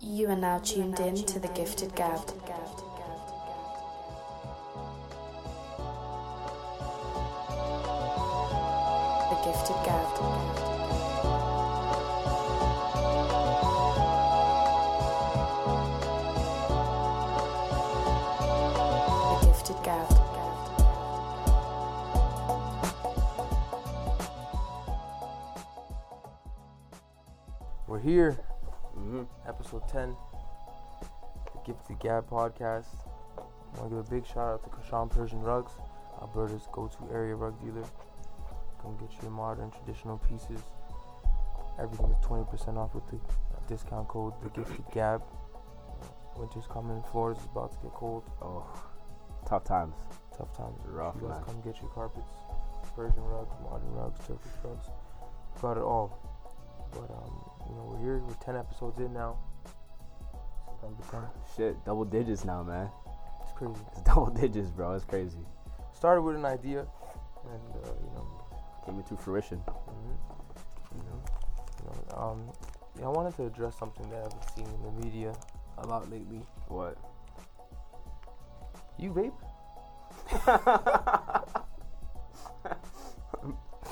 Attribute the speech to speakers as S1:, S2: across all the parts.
S1: You are now tuned in to the Gifted Gab. The Gifted Gab. The Gifted Gab.
S2: We're here.
S3: Mm-hmm.
S2: Episode 10. The Gifted Gab podcast. I want to give a big shout out to Kashan Persian Rugs, Alberta's go to area rug dealer. Come get your modern traditional pieces. Everything is 20% off with the discount code The Gifted Gab. Winter's coming. Florida's about to get cold.
S3: Oh, tough times.
S2: Tough times.
S3: Rough,
S2: you guys
S3: man.
S2: come get your carpets, Persian rugs, modern rugs, Turkish rugs. Got it all. But um, you know, we're here. We're ten episodes in now. September 10.
S3: Shit, double digits now, man.
S2: It's crazy.
S3: It's double digits, bro. It's crazy.
S2: Started with an idea, and uh, you know,
S3: Came into fruition.
S2: mhm,
S3: Mm-hmm.
S2: you know, um, yeah, I wanted to address something that I've been seeing in the media a lot lately.
S3: What?
S2: You vape?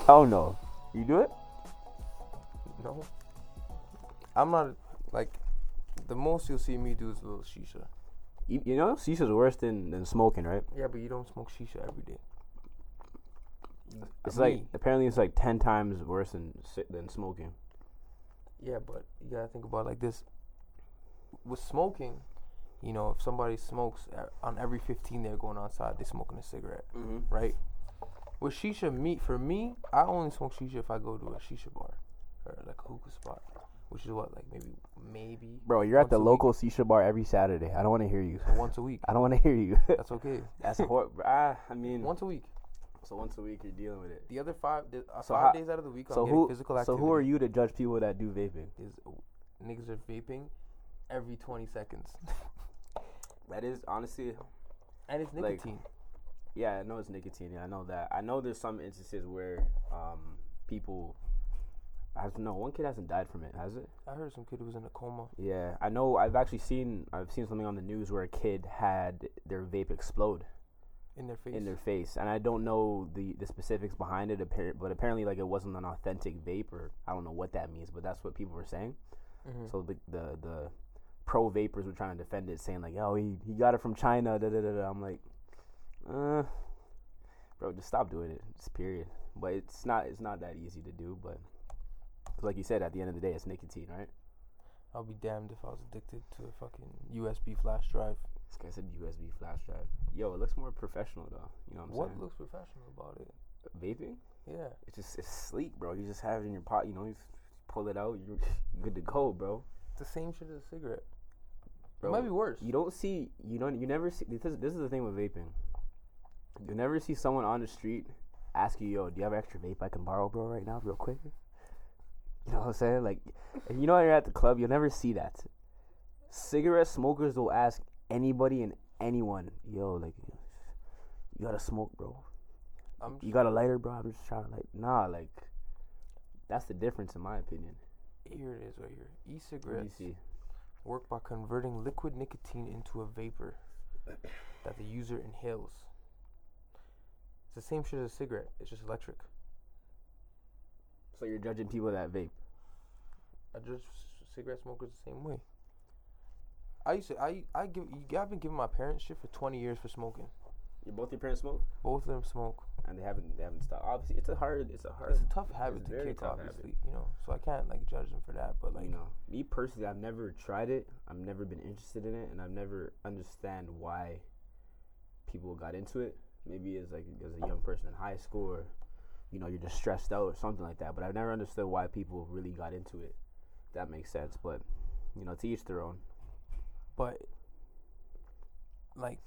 S3: Hell Oh, no. You do it?
S2: No. I'm not like the most you'll see me do is a little shisha.
S3: You, you know, shisha's worse than, than smoking, right?
S2: Yeah, but you don't smoke shisha every day.
S3: It's
S2: Me.
S3: like apparently it's like ten times worse than si- than smoking.
S2: Yeah, but you gotta think about it like this. With smoking, you know, if somebody smokes uh, on every 15 they're going outside, they're smoking a cigarette,
S3: Mm-hmm.
S2: right? With shisha, me for me, I only smoke shisha if I go to a shisha bar or like a hookah spot, which is what like maybe maybe
S3: Bro, you're at
S2: Once
S3: the
S2: a week.
S3: local shisha bar every Saturday. I don't want to hear you.
S2: once a week.
S3: I don't want to hear you.
S2: That's okay.
S3: That's horrible. I, I mean,
S2: Once a week.
S3: so once a week you're dealing with it.
S2: The other five, the, uh,
S3: So
S2: five
S3: how-
S2: days out of the week, I'm
S3: So
S2: getting
S3: who?
S2: physical activity.
S3: So who are you to judge people that do vaping?
S2: Is niggas are vaping every 20 seconds,
S3: That is honestly
S2: and it's
S3: Like-
S2: nicotine.
S3: Yeah, I know it's nicotine. I know that. I know there's some instances where um, people. I don't know. One kid hasn't died from it, has it?
S2: I heard some kid who was in a coma.
S3: Yeah, I know. I've actually seen. I've seen something on the news where a kid had their vape explode
S2: In their face.
S3: in their face, and I don't know the, the specifics behind it. Appar- but apparently, like it wasn't an authentic vape, or I don't know what that means. But that's what people were saying.
S2: Mhm.
S3: So the the, the pro vapors were trying to defend it, saying like, "Oh, he, he got it from China." Da, da, da, da. I'm like, uh, bro, just stop doing it. It's period. But it's not it's not that easy to do. But 'cause like you said, at the end of the day, it's nicotine, right?
S2: I'll be damned if I was addicted to a fucking USB flash drive.
S3: This guy said USB flash drive. Yo, it looks more professional though. You know what I'm
S2: what
S3: saying?
S2: looks professional about it?
S3: Vaping,
S2: Yeah.
S3: it's just it's sleek, bro. You just have it in your pot. You know, you just pull it out. You're good to go, bro.
S2: It's the same shit as a cigarette.
S3: Bro,
S2: it might be worse.
S3: You don't see you don't you never see this is, this is the thing with vaping. You never see someone on the street ask you, "Yo, do you have extra vape I can borrow, bro, right now, real quick?" You know what I'm saying? Like, and you know when you're at the club, you'll never see that. Cigarette smokers will ask anybody and anyone, "Yo, like, you got to smoke, bro?
S2: I'm
S3: You
S2: just,
S3: got a lighter, bro? I'm just trying to like, nah, like." That's the difference, in my opinion.
S2: here it is right here.
S3: What do you
S2: E-cigarettes
S3: see?
S2: work by converting liquid nicotine into a vapor that the user inhales. It's the same shit as a cigarette. It's just electric.
S3: So you're judging people that vape.
S2: I judge c- cigarette smokers the same way. I used to. I I give. I've been giving my parents shit for 20 years for smoking.
S3: You both your parents smoke?
S2: Both of them smoke.
S3: and they haven't they haven't stopped. Obviously, it's a hard it's a hard
S2: It's a tough habit
S3: it's
S2: to
S3: very
S2: kick,
S3: tough
S2: obviously. You know, so I can't like judge them for that. But like,
S3: you know. Me personally, I've never tried it. I've never been interested in it, and I've never understand why people got into it. Maybe as like as a young person in high school, or you know, you're just stressed out or something like that. But I've never understood why people really got into it. If that makes sense, but you know, to each their own.
S2: but like,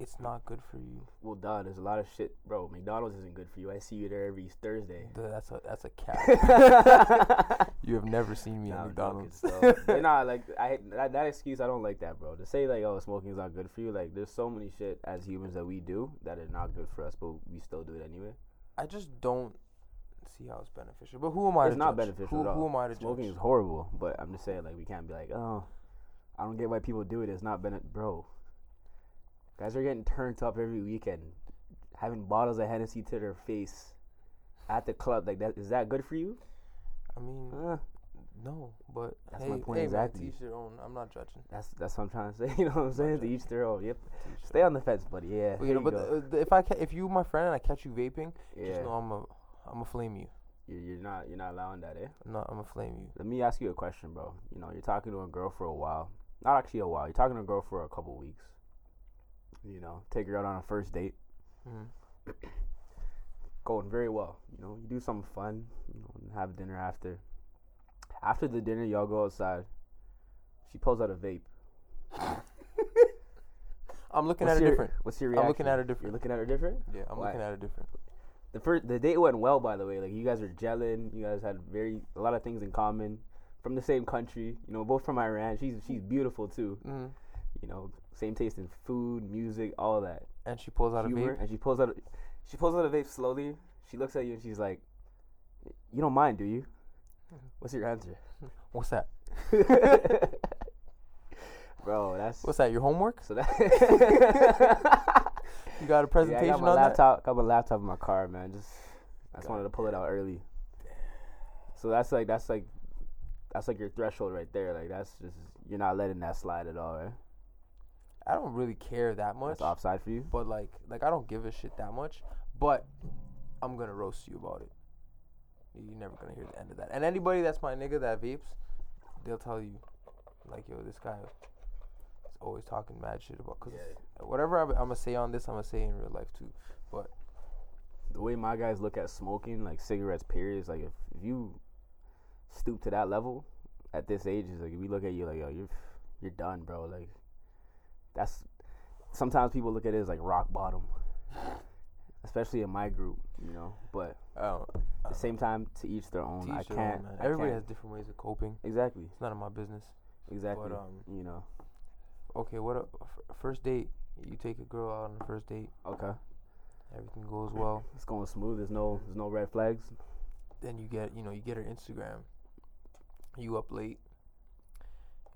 S2: it's not good for you.
S3: Well, duh, there's a lot of shit, bro. McDonald's isn't good for you. I see you there every Thursday.
S2: Th- That's a that's a cat. you have never seen me
S3: Nah,
S2: at
S3: I'm joking,
S2: McDonald's.
S3: so- but nah, like I that, that excuse, I don't like that, bro. To say like, oh, smoking's not good for you. Like, there's so many shit as humans that we do that are not good for us, but we still do it anyway.
S2: I just don't see how it's beneficial. But who am I?
S3: it's
S2: to
S3: not
S2: judge?
S3: beneficial
S2: Who,
S3: at all.
S2: who am I to
S3: Smoking
S2: judge?
S3: is horrible, but I'm just saying like we can't be like, oh, I don't get why people do it. It's not been, bro. Guys are getting turned up every weekend, having bottles of Hennessy to their face at the club. Like that is that good for you?
S2: I mean,
S3: Uh,
S2: no, but
S3: That's
S2: hey,
S3: my point
S2: hey,
S3: exactly.
S2: Man, to each their own. I'm not judging.
S3: that's that's what I'm trying to say. You know what I'm saying? To each their own. Yep.
S2: To each
S3: Stay on the fence, buddy. Yeah.
S2: But,
S3: here
S2: you know,
S3: you
S2: but
S3: go.
S2: the, the, if I ca- if you my friend and I catch you vaping,
S3: yeah.
S2: just know I'm a I'm a flame you.
S3: You- You're not you're not allowing that, eh?
S2: I'm not I'm a flame you.
S3: Let me ask you a question, bro. You know, you're talking to a girl for a while. Not actually a while. You're talking to a girl for a couple weeks. You know, take her out on a first date.
S2: Mhm.
S3: Going very well. You know, you do something fun. You know, and have dinner after. After the dinner, y'all go outside. She pulls out a vape.
S2: I'm looking
S3: What's
S2: at her
S3: your-
S2: different.
S3: What's your
S2: I'm
S3: reaction?
S2: looking at her
S3: You're
S2: different.
S3: looking at her different.
S2: Yeah, I'm
S3: Why?
S2: looking at her different.
S3: The first the date went well, by the way. Like you guys were gelling. You guys had very a lot of things in common. From the same country, you know, both from Iran. She's she's beautiful too.
S2: Mm.
S3: you know, same taste in food, music, all that.
S2: And she pulls out
S3: Humor,
S2: a vape.
S3: and she pulls out, she pulls out a vape slowly. She looks at you and she's like, "You don't mind, do you?" What's your answer,
S2: What's that?
S3: bro? That's
S2: What's that? Your homework?
S3: so that.
S2: You got a
S3: yeah, I
S2: presentation
S3: got my
S2: on that?
S3: laptop. Got my laptop in my car, man. Just I just
S2: God
S3: wanted to pull it out early. So that's like that's like that's like your threshold right there. Like that's just you're not letting that slide at all, right?
S2: I don't really care that much,
S3: That's offside for you.
S2: but like like I don't give a shit that much. But I'm gonna roast you about it. You're never gonna hear the end of that. And anybody that's my nigga that vapes, they'll tell you, like yo, this guy is always talking mad shit about. Cause whatever I'm, I'm gonna say on this, I'm gonna say in real life too.
S3: the way my guys look at smoking, like cigarettes, period, is like if, if you stoop to that level at this age, is like we look at you like yo, you're you're done, bro. Like that's sometimes people look at it as like rock bottom, especially in my group, you know. But
S2: Oh,
S3: at the same time, to each their own. I can't. I
S2: Everybody
S3: can't-
S2: has different ways of coping.
S3: exactly,
S2: It's none of my business.
S3: exactly.
S2: But um,
S3: you know,
S2: okay, what a f- first date? You take a girl out on a first date.
S3: okay,
S2: Everything goes well.
S3: it's going smooth. There's no there's no red flags.
S2: then you get you know you get her Instagram. You up late,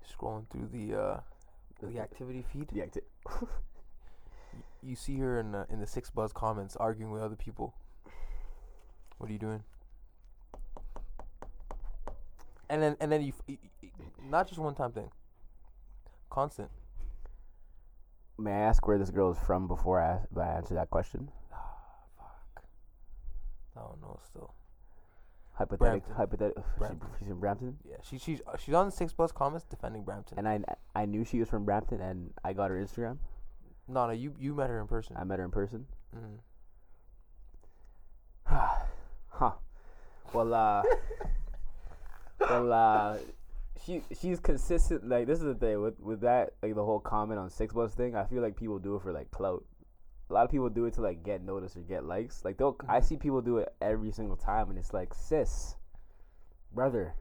S2: scrolling through the uh, the activity feed.
S3: The acti-
S2: Y- You see her in the, in the six buzz comments arguing with other people. What are you doing? And then and then you, f- y- y- y- not just one time thing. Constant.
S3: May I ask where this girl is from before I, I answer that question?
S2: Fuck. I don't know. Still,
S3: Hypothetical,
S2: Brampton.
S3: hypothetical.
S2: Brampton.
S3: She's from Brampton.
S2: yeah. She she's uh, she's on the six buzz comments defending Brampton.
S3: and I I knew she was from Brampton, and I got her Instagram.
S2: no, no. You you met her in person.
S3: I met her in person.
S2: Mm.
S3: Huh. Well, uh, well, uh, she she's consistent. Like this is the thing with with that like the whole comment on six bus thing. I feel like people do it for like clout. A lot of people do it to like get noticed or get likes. Like they'll
S2: Mm-hmm.
S3: I see people do it every single time, and it's like sis, brother.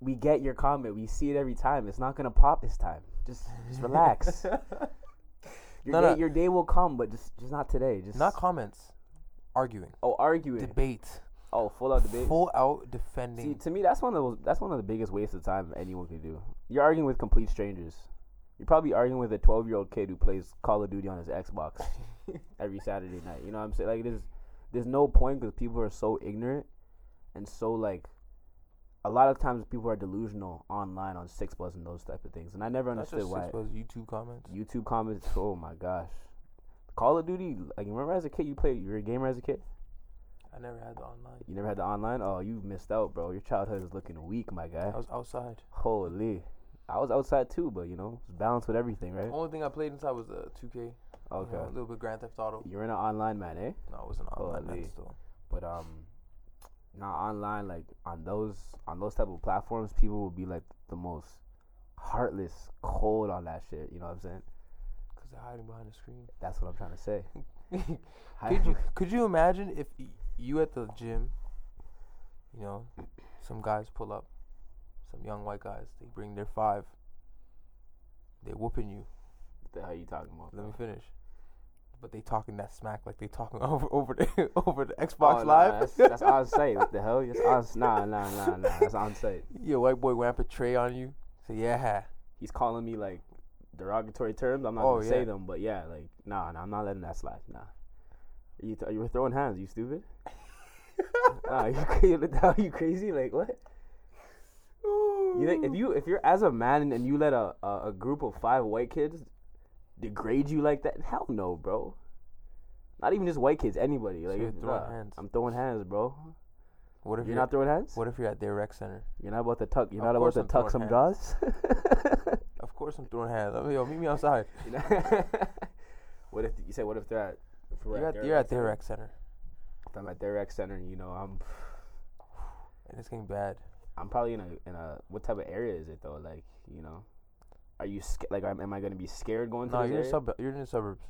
S3: We get your comment. We see it every time. It's not gonna pop this time. Just just relax. Your,
S2: No,
S3: day,
S2: no.
S3: your day will come, but just just not today. Just
S2: Not comments. Arguing.
S3: oh arguing.
S2: Debate.
S3: oh, full out debate.
S2: Full out
S3: See,
S2: defending.
S3: to me, that's one of the, that's one of the biggest wastes of time anyone could do. You're arguing with complete strangers. You're probably arguing with a 12 year old kid who plays Call of Duty on his Xbox every Saturday night. You know what I'm saying? Like, there's there's no point because people are so ignorant and so like. A lot of times, people are delusional online on six plus and those type of things, and I never
S2: That's
S3: understood
S2: just
S3: why.
S2: six was YouTube comments.
S3: YouTube comments. Oh my gosh, Call of Duty. Like, remember as a kid, you played. You were a gamer as a kid.
S2: I never had the online.
S3: You never had the online? Oh, you missed out, bro. Your childhood is looking weak, my guy.
S2: I was outside.
S3: Holy. I was outside too, but you know, it's balanced with everything, right?
S2: Only thing I played inside was uh, 2K. You
S3: Okay.
S2: know, a little bit Grand Theft Auto.
S3: You're in an online man, eh?
S2: No, I wasn't online
S3: Holy.
S2: then still.
S3: But um not online, like on those on those type of platforms, people will be like the most heartless, cold on that shit. You know what I'm saying?
S2: Because they're hiding behind the screen.
S3: That's what I'm trying to say. Hi-
S2: could, you, could you imagine if y- you at the gym, you know, some guys pull up, some young white guys, they bring their five. They're whooping you.
S3: the hell you talking about?
S2: Let me
S3: bro?
S2: finish. But they talking that smack like they talking over over the over the Xbox
S3: Oh, nah,
S2: Live.
S3: that's, that's on site. What the hell? That's on. Nah, nah, nah, nah. That's on site.
S2: Your white boy wamp a tray on you, So yeah,
S3: He's calling me like derogatory terms. I'm not
S2: Oh,
S3: gonna say
S2: yeah.
S3: them, but yeah, like nah, nah, I'm not letting that slide. Nah, you th- you were throwing hands. You stupid. nah, you, cra- you crazy? Like what? You think if you if you're as a man and you let a, a a group of five white kids degrade you like that? Hell no, bro. Not even just white kids, anybody. Like
S2: you're
S3: if-
S2: throwing
S3: nah,
S2: hands.
S3: I'm throwing hands, bro.
S2: what if
S3: You're not throwing hands.
S2: What if you're at their rec center?
S3: You're not about to tuck. You're
S2: Of
S3: not about
S2: course
S3: to
S2: I'm throwing
S3: tuck some
S2: hands.
S3: draws.
S2: Of course I'm throwing hands. I'm like, yo, meet me outside.
S3: You know? what if you say? What if they're at? If we're
S2: You're at,
S3: their
S2: you're
S3: rec
S2: at their
S3: center?
S2: rec center,
S3: If I'm at their rec center, and you know, I'm
S2: and it's getting bad.
S3: I'm probably in a in a what type of area is it though? Like you know, are you sca- like am am I gonna be scared going to
S2: No,
S3: this
S2: you're in
S3: area?
S2: sub. You're in the suburbs.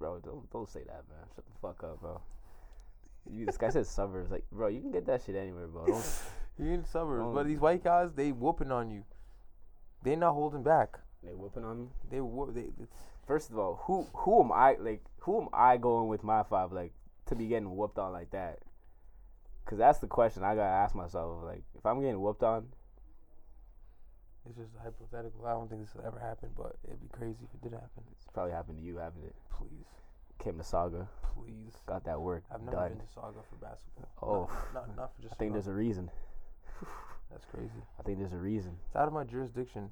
S3: bro? Don't don't say that, man. Shut the fuck up, bro. You, this guy says suburbs, like bro. You can get that shit anywhere, bro. Don't,
S2: You're in the suburbs,
S3: Oh.
S2: but these white guys, they whooping on you. They not holding back.
S3: they whooping on me.
S2: They whoop. They, they-
S3: First of all, who who am I like? Who am I going with my five like to be getting whooped on like that? Cause that's the question I gotta ask myself. Like, if I'm getting whooped on,
S2: it's just hypothetical. I don't think this will ever happen, but it'd be crazy if it did happen.
S3: it's probably happened to you, haven't it?
S2: Please,
S3: Came to Saga,
S2: please.
S3: got that work
S2: I've never
S3: done.
S2: been to Saga for basketball.
S3: Oh,
S2: Not, not, not for just.
S3: I think there's a reason.
S2: That's crazy.
S3: I think there's a reason.
S2: It's out of my jurisdiction.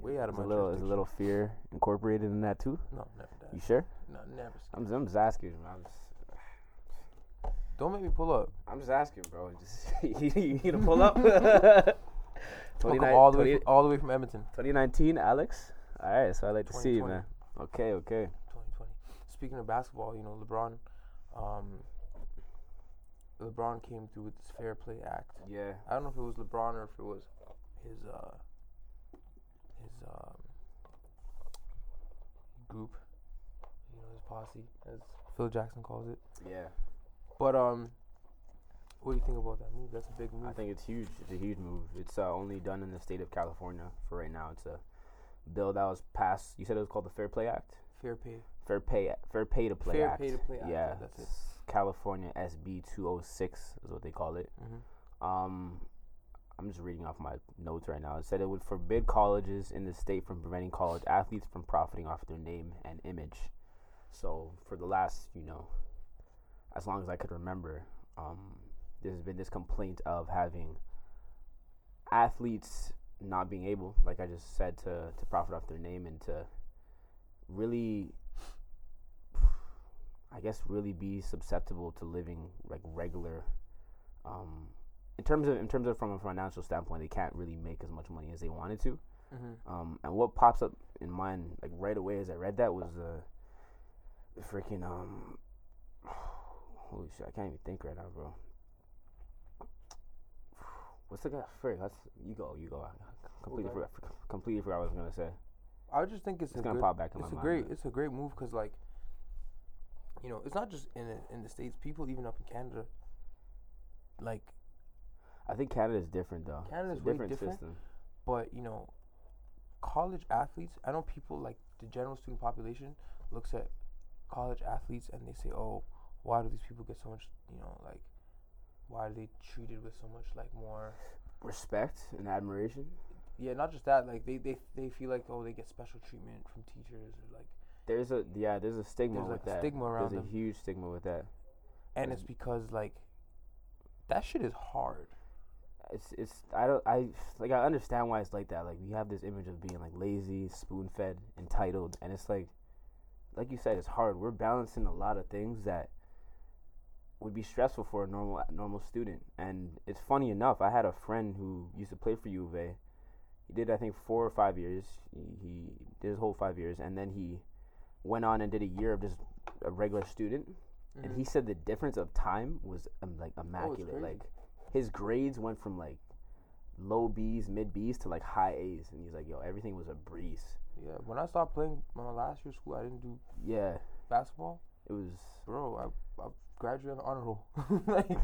S2: Way out of
S3: There's a
S2: my
S3: little, there's a little fear incorporated in that too.
S2: No, never
S3: You
S2: that.
S3: sure?
S2: No, never.
S3: I'm, I'm just asking. I'm just,
S2: Don't make me pull up.
S3: I'm just asking, bro. Just you need to pull up.
S2: I'll come
S3: 29
S2: all the way,
S3: 20
S2: from, all the way from Edmonton.
S3: 2019, Alex. All right, so I like to see you,
S2: 2020.
S3: man. Okay, okay.
S2: 2020. Speaking of basketball, you know LeBron. Um, LeBron came through with this fair play act.
S3: Yeah.
S2: I don't know if it was LeBron or if it was his uh his um group, you know, his posse, as Phil Jackson calls it.
S3: Yeah,
S2: But um, what do you think about that move? That's a big move.
S3: I think it's huge. It's a huge move. It's uh, only done in the state of California for right now. It's a bill that was passed. You said it was called the Fair Play Act.
S2: fair pay.
S3: Fair pay, Fair Pay to Play
S2: Fair
S3: Act.
S2: Pay to Play Act,
S3: Yeah,
S2: yeah, that's it.
S3: it's California SB 206 is what they call it.
S2: Mhm.
S3: Um, I'm just reading off my notes right now. It said it would forbid colleges in the state from preventing college athletes from profiting off their name and image. So for the last, you know, as long as I could remember, um, there's been this complaint of having athletes not being able, like I just said, to to profit off their name and to really I guess really be susceptible to living like regular um in terms of in terms of from a financial standpoint they can't really make as much money as they wanted to
S2: Mhm.
S3: um and what pops up in mind like right away as I read that was the the freaking um holy shit I can't even think right now bro what's the guy frick that's you go you go I completely
S2: guy?
S3: forgot completely forgot what I was gonna say
S2: I just think it's,
S3: it's
S2: a
S3: gonna
S2: good,
S3: pop back in
S2: it's
S3: my
S2: a
S3: mind
S2: great
S3: but-
S2: it's a great move because like you know it's not just in the, in the states people even up in Canada like
S3: I think Canada's different though.
S2: Canada's
S3: it's a
S2: way
S3: different,
S2: different.
S3: system.
S2: but you know college athletes I know people like the general student population looks at college athletes and they say oh why do these people get so much you know like why are they treated with so much like more
S3: Respect and admiration.
S2: yeah not just that like they they, they feel like oh they get special treatment from teachers or like
S3: There's a yeah. There's a stigma
S2: There's,
S3: with
S2: like, a
S3: that.
S2: stigma around
S3: There's
S2: them.
S3: a huge stigma with that.
S2: and
S3: There's-
S2: it's because like that shit is hard
S3: It's it's I don't I like I understand why it's like that. Like we have this image of being like lazy, spoon fed, entitled, and it's like, like you said, it's hard. We're balancing a lot of things that would be stressful for a normal normal student. And it's funny enough, I had a friend who used to play for U of A. He did I think four or five years. He, he did his whole five years, and then he went on and did a year of just a regular student. And he said the difference of time was um, like immaculate.
S2: Mm-hmm. Oh, crazy.
S3: like his grades went from like low B's, mid B's to like high A's, and he's like, "Yo, everything was a breeze."
S2: Yeah, when I stopped playing my last year of school, I didn't do
S3: Yeah,
S2: basketball.
S3: it was.
S2: Bro, I, I graduated on the honor roll. like,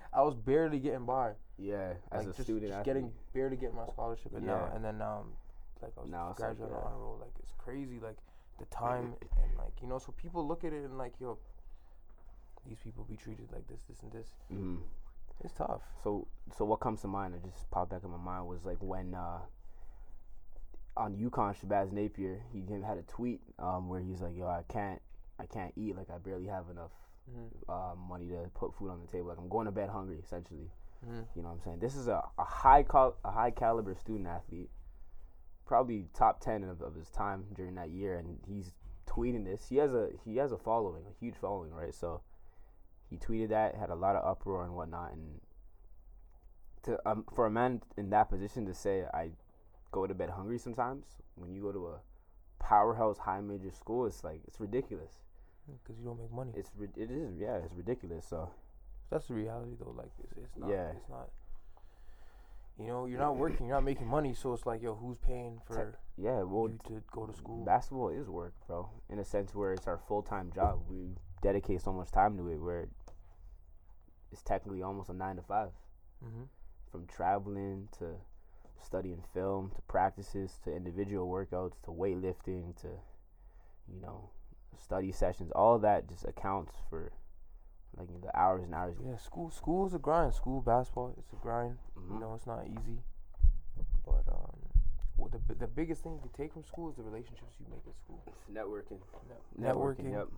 S2: I was barely getting by.
S3: Yeah, as
S2: like,
S3: a
S2: just,
S3: student,
S2: just
S3: athlete.
S2: getting barely getting my scholarship, and now
S3: Yeah.
S2: and then now, I'm, like I was
S3: Now it's like,
S2: graduating on
S3: yeah.
S2: honor roll. Like it's crazy. Like the time and like you know, so people look at it and like yo, these people be treated like this, this, and this.
S3: Mhm.
S2: It's tough.
S3: So so what comes to mind that just popped back in my mind was like when uh on UConn, Shabazz Napier, he had a tweet um, where he's like, "Yo, I can't, I can't eat. Like, I barely have enough
S2: Mm-hmm.
S3: uh, money to put food on the table. Like, I'm going to bed hungry, essentially."
S2: Mm-hmm.
S3: You know what I'm saying? This is a, a high cal- a high caliber student athlete, probably top ten of, of his time during that year, and he's tweeting this. He has a he has a following, a huge following, right? So he tweeted that, had a lot of uproar and whatnot, and to um, for a man in that position to say I go to bed hungry sometimes when you go to a powerhouse high major school, it's like it's ridiculous.
S2: Because you don't make money.
S3: It's rid it is yeah, it's ridiculous. So
S2: That's the reality though. Like it's, it's not.
S3: Yeah.
S2: It's not. You know, you're not working. You're not making money. So it's like, yo, who's paying for
S3: yeah, well,
S2: you to go to school?
S3: Basketball is work, bro. In a sense where it's our full time job. We dedicate so much time to it where it's technically almost a nine to five.
S2: hmm
S3: From traveling to studying film to practices to individual workouts to weightlifting to you know, study sessions, all that just accounts for like the hours and hours.
S2: Yeah. School. School is a grind. School basketball. It's a grind.
S3: Mhm.
S2: You know, it's not easy. But um, well, the bi- the biggest thing you take from school is the relationships you make at school.
S3: Networking.
S2: Networking.
S3: Mm-hmm. Yep.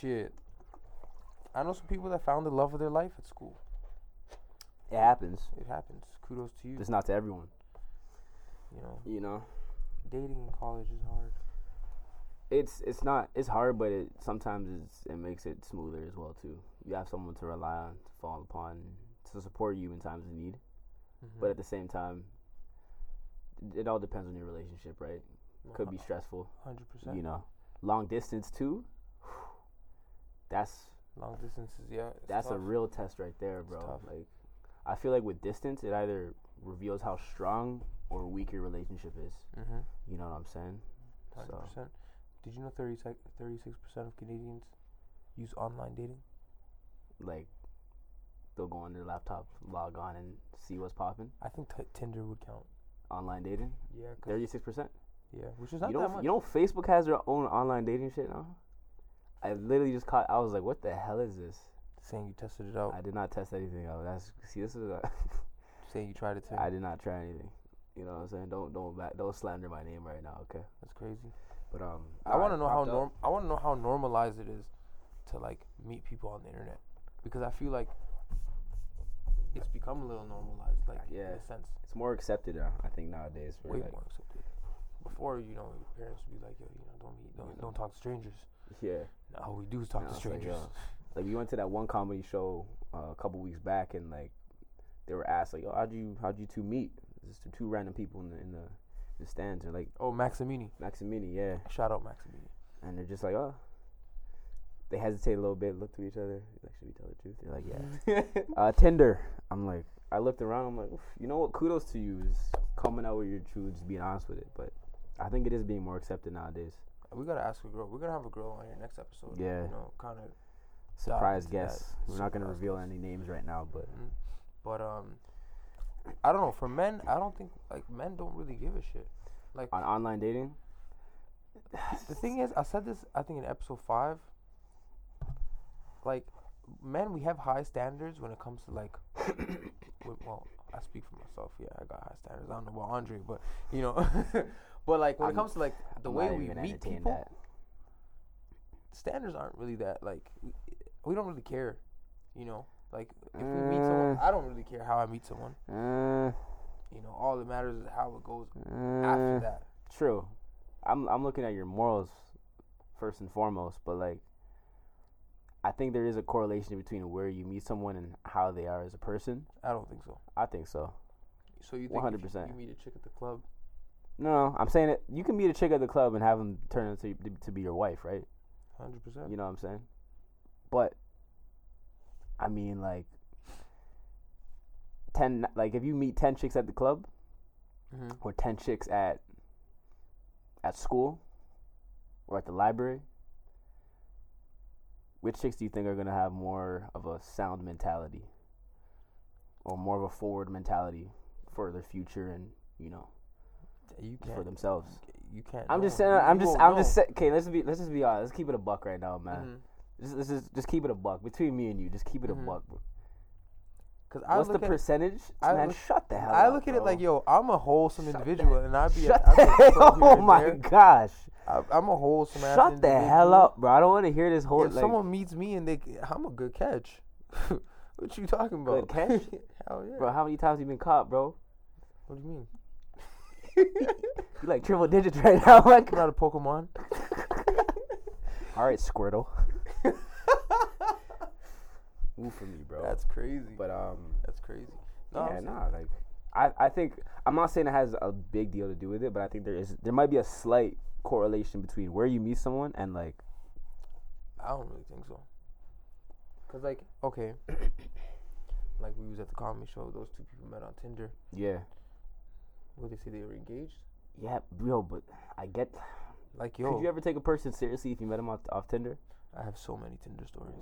S2: Shit. I know some people that found the love of their life at school.
S3: It happens.
S2: It happens. Kudos to you.
S3: It's not to everyone,
S2: you know,
S3: you know.
S2: dating in college is hard.
S3: it's it's not it's hard, but it sometimes it's, it makes it smoother as well too. You have someone to rely on, to fall upon, to support you in times of need. But at the same time, it all depends on your relationship, right? Could be stressful,
S2: Mm-hmm. hundred percent.
S3: you know. Long distance too. That's
S2: Long distances, yeah. it's
S3: that's a
S2: tough.
S3: real test right there, bro.
S2: tough.
S3: Like, I feel like with distance, it either reveals how strong or weak your relationship is.
S2: Mhm.
S3: You know what I'm saying?
S2: Hundred
S3: So-
S2: percent. Did you know 36 percent of Canadians use online dating?
S3: like they'll go on their laptop, log on, and see what's popping.
S2: I think t- Tinder would count.
S3: Online dating,
S2: Yeah, 'cause-
S3: thirty-six percent.
S2: yeah, which is not that
S3: You know,
S2: much.
S3: you know, Facebook has their own online dating shit now. I literally just caught. I was like, "What the hell is this?"
S2: saying you tested it out,
S3: I did not test anything out. That's see, this is. A,
S2: saying you tried it too.
S3: I did not try anything. You know what I'm saying? Don't don't back, don't slander my name right now, okay?
S2: That's crazy.
S3: But um,
S2: I want to know how
S3: popped up.
S2: norm. I want to know how normalized it is to like meet people on the internet because I feel like it's become a little normalized, like
S3: Yeah.
S2: in a sense,
S3: It's more accepted, uh, I think nowadays. for,
S2: way
S3: like-
S2: more accepted. Before, you know, your parents would be like, yo, you know, don't meet, don't, don't talk to strangers.
S3: Yeah.
S2: Now all we do is talk
S3: Now
S2: to
S3: it's like,
S2: strangers.
S3: yo, like we went to that one comedy show uh, a couple weeks back, and like they were asked like, "Oh, how'd you how'd you two meet?" Just two random people in the in the, the stands, and like
S2: oh, Maximini.
S3: Max and Minnie, yeah,
S2: Shout out Maximini.
S3: and they're just like, "Oh." They hesitate a little bit, look to each other. Like, should we tell the truth? They're like, "Yeah." uh, Tinder. I'm like, I looked around. I'm like, Oof, you know what? Kudos to you, just coming out with your truth, just being honest with it. But I think it is being more accepted nowadays.
S2: We gotta ask a girl. We're gonna have a girl on here next episode.
S3: Yeah.
S2: You know, kind of.
S3: Surprise
S2: into that.
S3: guests. We're not going to
S2: Surprise
S3: reveal any names right now, but
S2: But um, I don't know. For men, I don't think like men don't really give a shit. Like
S3: on online dating.
S2: the thing is, I said this. I think in episode five. Like, men, we have high standards when it comes to like. w- well, I speak for myself. Yeah, I got high standards. I don't know about Andre, but you know, but like when it
S3: I'm-
S2: comes to like the
S3: I'm
S2: way
S3: not
S2: we
S3: even
S2: meet
S3: entertaining
S2: people,
S3: that.
S2: standards aren't really that like we, we don't really care, you know. Like if we meet someone,
S3: Uh.
S2: I don't really care how I meet someone.
S3: Uh,
S2: You know, all that matters is how it goes
S3: uh,
S2: after that.
S3: True. I'm I'm looking at your morals first and foremost, but like I think there is a correlation between where you meet someone and how they are as a person.
S2: I don't think so.
S3: I think so.
S2: So you think if
S3: 100%.
S2: you meet a chick at the club?
S3: No, I'm saying that you can meet a chick at the club and have them turn into to be your wife, right?
S2: Hundred percent.
S3: You know what I'm saying? But I mean, like ten, like if you meet ten chicks at the club,
S2: Mm-hmm.
S3: or ten chicks at at school or at the library, which chicks do you think are gonna have more of a sound mentality or more of a forward mentality for their future and you know
S2: You
S3: for
S2: can't.
S3: themselves?
S2: You can't.
S3: I'm
S2: know.
S3: just saying.
S2: You-
S3: I'm
S2: you
S3: just.
S2: won't
S3: I'm just
S2: know.
S3: saying. Okay, let's be. Let's just be honest. Let's keep it a buck right now, man.
S2: Mhm.
S3: Just, let's just just keep it a buck between me and you. Just keep it
S2: Mhm.
S3: a buck, bro.
S2: Cause Mm-hmm. I
S3: What's the
S2: look at,
S3: percentage?
S2: I
S3: man,
S2: look-
S3: shut the hell
S2: I
S3: up,
S2: look at it
S3: bro.
S2: like, yo, I'm a wholesome
S3: Shut
S2: individual, and I'd be,
S3: Shut
S2: I'd be
S3: the hell,
S2: fucking here
S3: oh
S2: and
S3: my
S2: there.
S3: gosh.
S2: I, I'm a wholesome. ass
S3: Shut the hell
S2: individual.
S3: up, bro. I don't want to hear this whole
S2: If
S3: like,
S2: someone meets me and they, I'm a good catch. what you talking about?
S3: Good catch?
S2: hell yeah.
S3: bro. How many times you been caught, bro?
S2: What do you mean?
S3: You like triple digits right now, like.
S2: I'm not a Pokemon.
S3: All right, Squirtle. Move for me, bro.
S2: That's crazy.
S3: but um,
S2: That's crazy. No,
S3: yeah,
S2: I'm
S3: nah, like I, I think I'm not saying it has a big deal to do with it, but I think there is there might be a slight correlation between where you meet someone and like
S2: I don't really think so. Cause like, okay, like we was at the comedy show. Those two people met on Tinder.
S3: yeah,
S2: Would they say they were engaged?
S3: yeah, yo. But I get.
S2: Like, yo,
S3: Could you ever take a person seriously if you met them off, off Tinder?
S2: I have so many Tinder stories.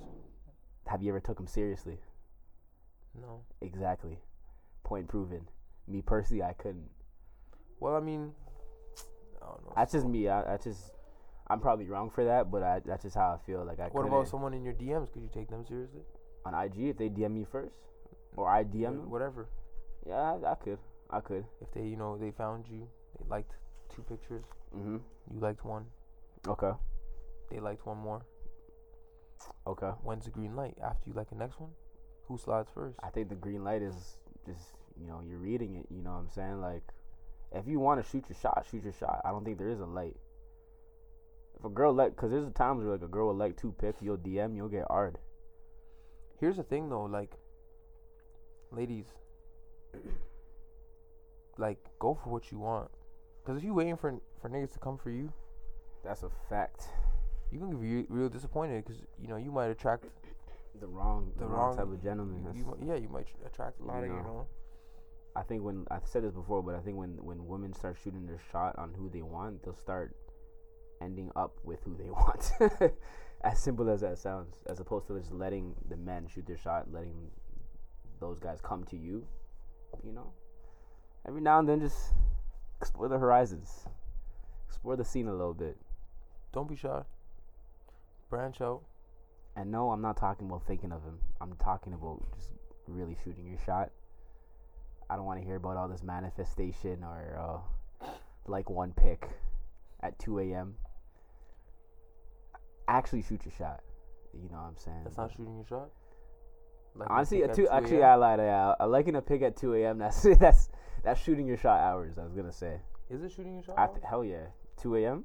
S3: Have you ever took them seriously?
S2: No.
S3: Exactly. Point proven. Me personally, I couldn't.
S2: Well, I mean, I don't know.
S3: That's just me. I, I just, I'm probably wrong for that, but I, that's just how I feel. Like I.
S2: what
S3: couldn't-
S2: about someone in your DMs? Could you take them seriously?
S3: on IG if they DM me first, or I DM
S2: Wh-
S3: them?
S2: Whatever.
S3: Yeah, I, I could. I could.
S2: If they, you know, they found you, they liked two pictures.
S3: Mm-hmm.
S2: You liked one.
S3: Okay.
S2: They liked one more.
S3: Okay.
S2: When's the green light? After you like the next one, who slides first?
S3: I think the green light is just you know you're reading it. You know what I'm saying? Like, if you want to shoot your shot, shoot your shot. I don't think there is a light. If a girl like, cause there's times where like a girl will like two pics, you'll DM, you'll get hard.
S2: Here's the thing though, like, ladies, like, go for what you want. Cause if you waiting for for niggas to come for you,
S3: That's a fact.
S2: you can be re- real disappointed. Cause you know you might attract
S3: The wrong, the,
S2: The wrong-
S3: wrong, type of gentleman.
S2: You,
S3: That's-
S2: you, mi- yeah, you might tr- attract a lot of
S3: Yeah.
S2: you know.
S3: I think when I've said this before, but I think when when women start shooting their shot on who they want, they'll start ending up with who they want. as simple as that sounds, as opposed to just letting the men shoot their shot, letting those guys come to you. You know, every now and then, just explore the horizons, explore the scene a little bit.
S2: Don't be shy. Branch out.
S3: And no, I'm not talking about thinking of him. I'm talking about just really shooting your shot. I don't want to hear about all this manifestation or uh, like one pick at 2 a.m. Actually, shoot your shot. You know what I'm saying?
S2: That's not shooting your shot. Like, you
S3: Honestly,
S2: think
S3: at
S2: at
S3: two,
S2: 2
S3: actually, I
S2: a.m.?
S3: lied. I, I liking a pick at 2 a.m. That's that's that's shooting your shot hours. I was gonna say.
S2: is it shooting your shot?
S3: I th- hell yeah, 2 a.m.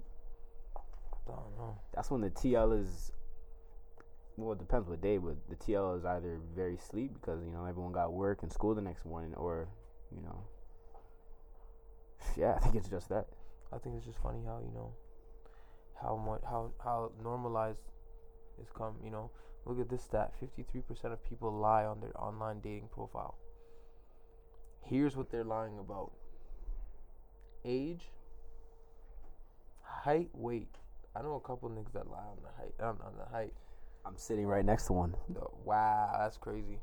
S2: I don't know.
S3: That's when the TL is. Well, it depends what day, but the TL is either very sleep because you know everyone got work and school the next morning, or you know. Yeah, I think it's just that.
S2: I think it's just funny how you know how much how how normalized it's come. You know, look at this stat: fifty-three percent of people lie on their online dating profile. Here's what they're lying about: age, height, weight. I know a couple niggas that lie on the height on, on the height.
S3: I'm sitting right next to one.
S2: No, wow, that's crazy.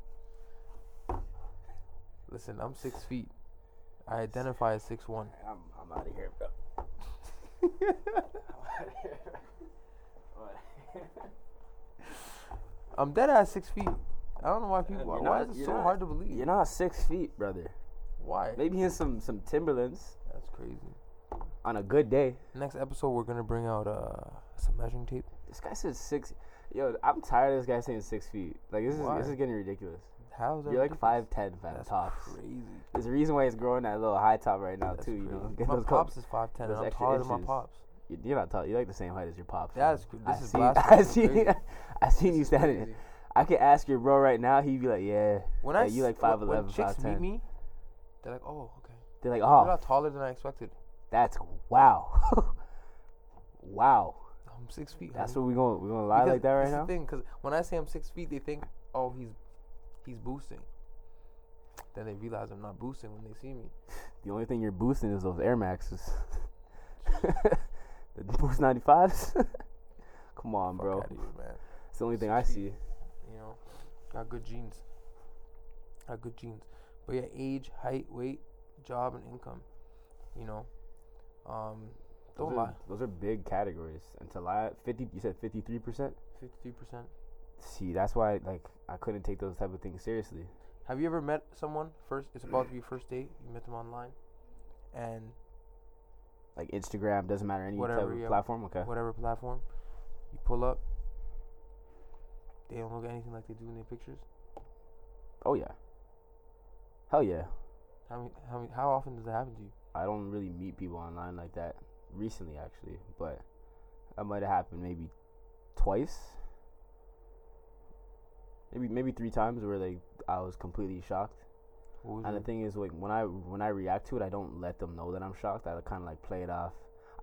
S2: Listen, I'm six feet. I identify as six one.
S3: I'm, I'm out of here, bro.
S2: I'm dead ass six feet. I don't know why people. Why,
S3: You're
S2: why
S3: not-
S2: is it
S3: you're
S2: so
S3: not-
S2: hard to believe?
S3: You're not six feet, brother.
S2: Why?
S3: Maybe in some some Timberlands
S2: That's crazy.
S3: on a good day.
S2: Next episode, we're gonna bring out uh some measuring tape.
S3: This guy said six. Yo, I'm tired of this guy saying six feet. Like this is
S2: Why?
S3: this is getting ridiculous.
S2: How's that?
S3: You're like
S2: ridiculous?
S3: five ten, fat
S2: That's
S3: tops.
S2: crazy.
S3: There's a reason why he's growing that little high top right now
S2: That's
S3: too.
S2: crazy.
S3: You know, Get
S2: My
S3: those
S2: pops
S3: col-
S2: is five ten.
S3: those
S2: and I'm
S3: extra
S2: taller than my
S3: inches.
S2: pops.
S3: you- You're not tall. You're like the same height as your pops. man.
S2: That's cr-
S3: I
S2: this is
S3: seen,
S2: blasphemy.
S3: I
S2: It's
S3: seen,
S2: crazy.
S3: I seen
S2: This
S3: you
S2: is
S3: standing.
S2: crazy.
S3: I could ask your bro right now. He'd be like, "Yeah."
S2: When
S3: yeah,
S2: I
S3: you
S2: s-
S3: like
S2: when-
S3: 5'11",
S2: when chicks
S3: 5'10".
S2: meet me, they're like, oh, okay.
S3: They're like,
S2: You're
S3: "Oh,
S2: not taller than I expected.
S3: that's wow, wow."
S2: I'm six feet.
S3: That's
S2: homie."
S3: what we gonna we gonna lie
S2: Because
S3: like that right
S2: that's
S3: now.
S2: The thing, because when I say I'm six feet, they think, oh, he's he's boosting. Then they realize I'm not boosting when they see me.
S3: The only thing you're boosting is those Air Maxes. the Boost 95s. Come on,
S2: Fuck
S3: bro.
S2: outta here, man.
S3: It's the only thing I see.
S2: You know, got good genes. Got good genes. But yeah, age, height, weight, job, and income. You know, um, don't
S3: those
S2: lie.
S3: Are, those are big categories. And to lie, fifty. You said fifty-three percent.
S2: Fifty-three percent.
S3: See, that's why like I couldn't take those type of things seriously.
S2: Have you ever met someone first? It's about to be first date. You met them online, and
S3: Like Instagram doesn't matter any
S2: Whatever,
S3: type of
S2: yeah.
S3: platform. Okay.
S2: whatever platform, you pull up. They don't look anything like they do in their pictures.
S3: Oh yeah. Hell yeah.
S2: How many, how many, how often does that happen to you?
S3: I don't really meet people online like that recently, actually, but that might have happened maybe twice, maybe maybe three times where like I was completely shocked.
S2: What was
S3: And the
S2: your-
S3: thing is, like when I when I react to it, I don't let them know that I'm shocked. I kind of like play it off.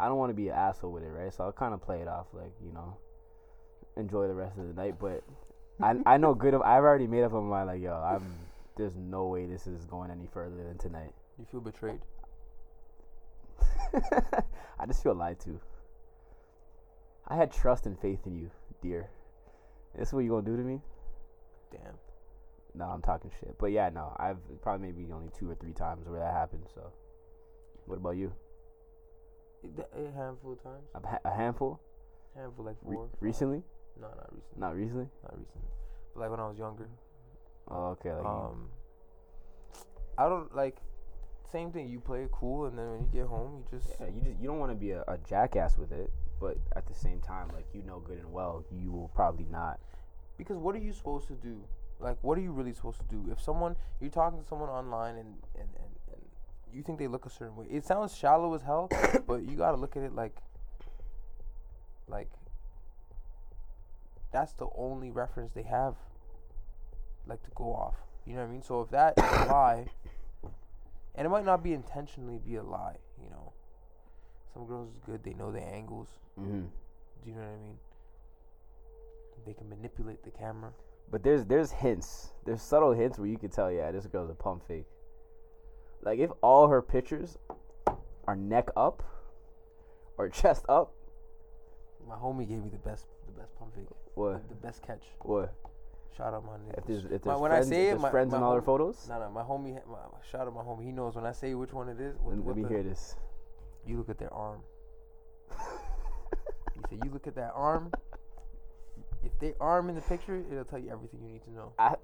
S3: I don't want to be an asshole with it, right? So I'll kind of play it off, like you know, enjoy the rest of the night. But I I know good. Of, I've already made up my mind. Like yo, I'm there's no way this is going any further than tonight.
S2: you feel betrayed.
S3: I just feel lied to. I had trust and faith in you, dear. This is what you gonna do to me?
S2: Damn.
S3: No, I'm talking shit. But yeah, no, I've probably maybe only two or three times where that happened. So, what about you?
S2: It- A handful of times.
S3: A, ha- a handful
S2: Handful like
S3: Re-
S2: four. five.
S3: recently?
S2: No, not recent.
S3: Not recently.
S2: Not recent. But like when I was younger.
S3: Oh, okay. Like you-
S2: Um, I don't like. Same thing. You play it cool, and then when you get home, you just
S3: yeah, you just you don't want to be a, a jackass with it, but at the same time, like you know good and well, you will probably not.
S2: because what are you supposed to do? Like, what are you really supposed to do? If someone you're talking to someone online and and and, and you think they look a certain way, it sounds shallow as hell, but you gotta look at it like, like. That's the only reference they have. Like to go off, you know what I mean. So if that is a lie, and it might not be intentionally be a lie, you know. Some girls is good; they know their angles.
S3: Mm-hmm.
S2: Do you know what I mean? They can manipulate the camera.
S3: But there's there's hints. There's subtle hints where you can tell, yeah, this girl's a pump fake. Like if all her pictures are neck up or chest up,
S2: My homie gave me the best, the best pump fake,
S3: what
S2: the best catch.
S3: what?
S2: Shout out my nigga.
S3: If there's if there's
S2: My- when I
S3: friends,
S2: say
S3: if
S2: it,
S3: there's
S2: my-
S3: friends
S2: my
S3: in all her
S2: homie-
S3: photos,
S2: No, no, my homie. ha- My, shout out my homie. He knows when I say which one it is. What,
S3: let,
S2: what
S3: let me
S2: the-
S3: hear this.
S2: You look at their arm. He said, "You look at that arm. If they arm in the picture, it'll tell you everything you need to know."
S3: I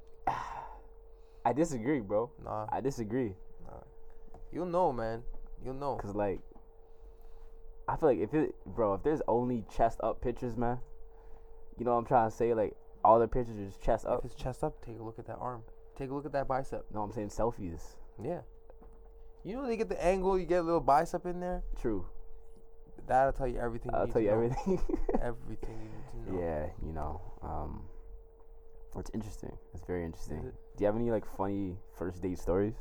S3: I disagree, bro.
S2: Nah,
S3: I disagree.
S2: nah. You'll know, man. You'll know.
S3: Cause like, I feel like if it, bro, if there's only chest up pictures, man, you know what I'm trying to say? Like all the pictures is chest
S2: If
S3: up.
S2: it's chest up, take a look at that arm. Take a look at that bicep.
S3: No, I'm saying selfies.
S2: Yeah. You know they get the angle. You get a little bicep in there.
S3: True.
S2: That'll tell you everything.
S3: I'll
S2: need
S3: tell
S2: to
S3: you
S2: know.
S3: everything.
S2: Everything you need to know.
S3: yeah, you know, um, it's interesting. It's very interesting.
S2: it?
S3: Do you have any like funny first date stories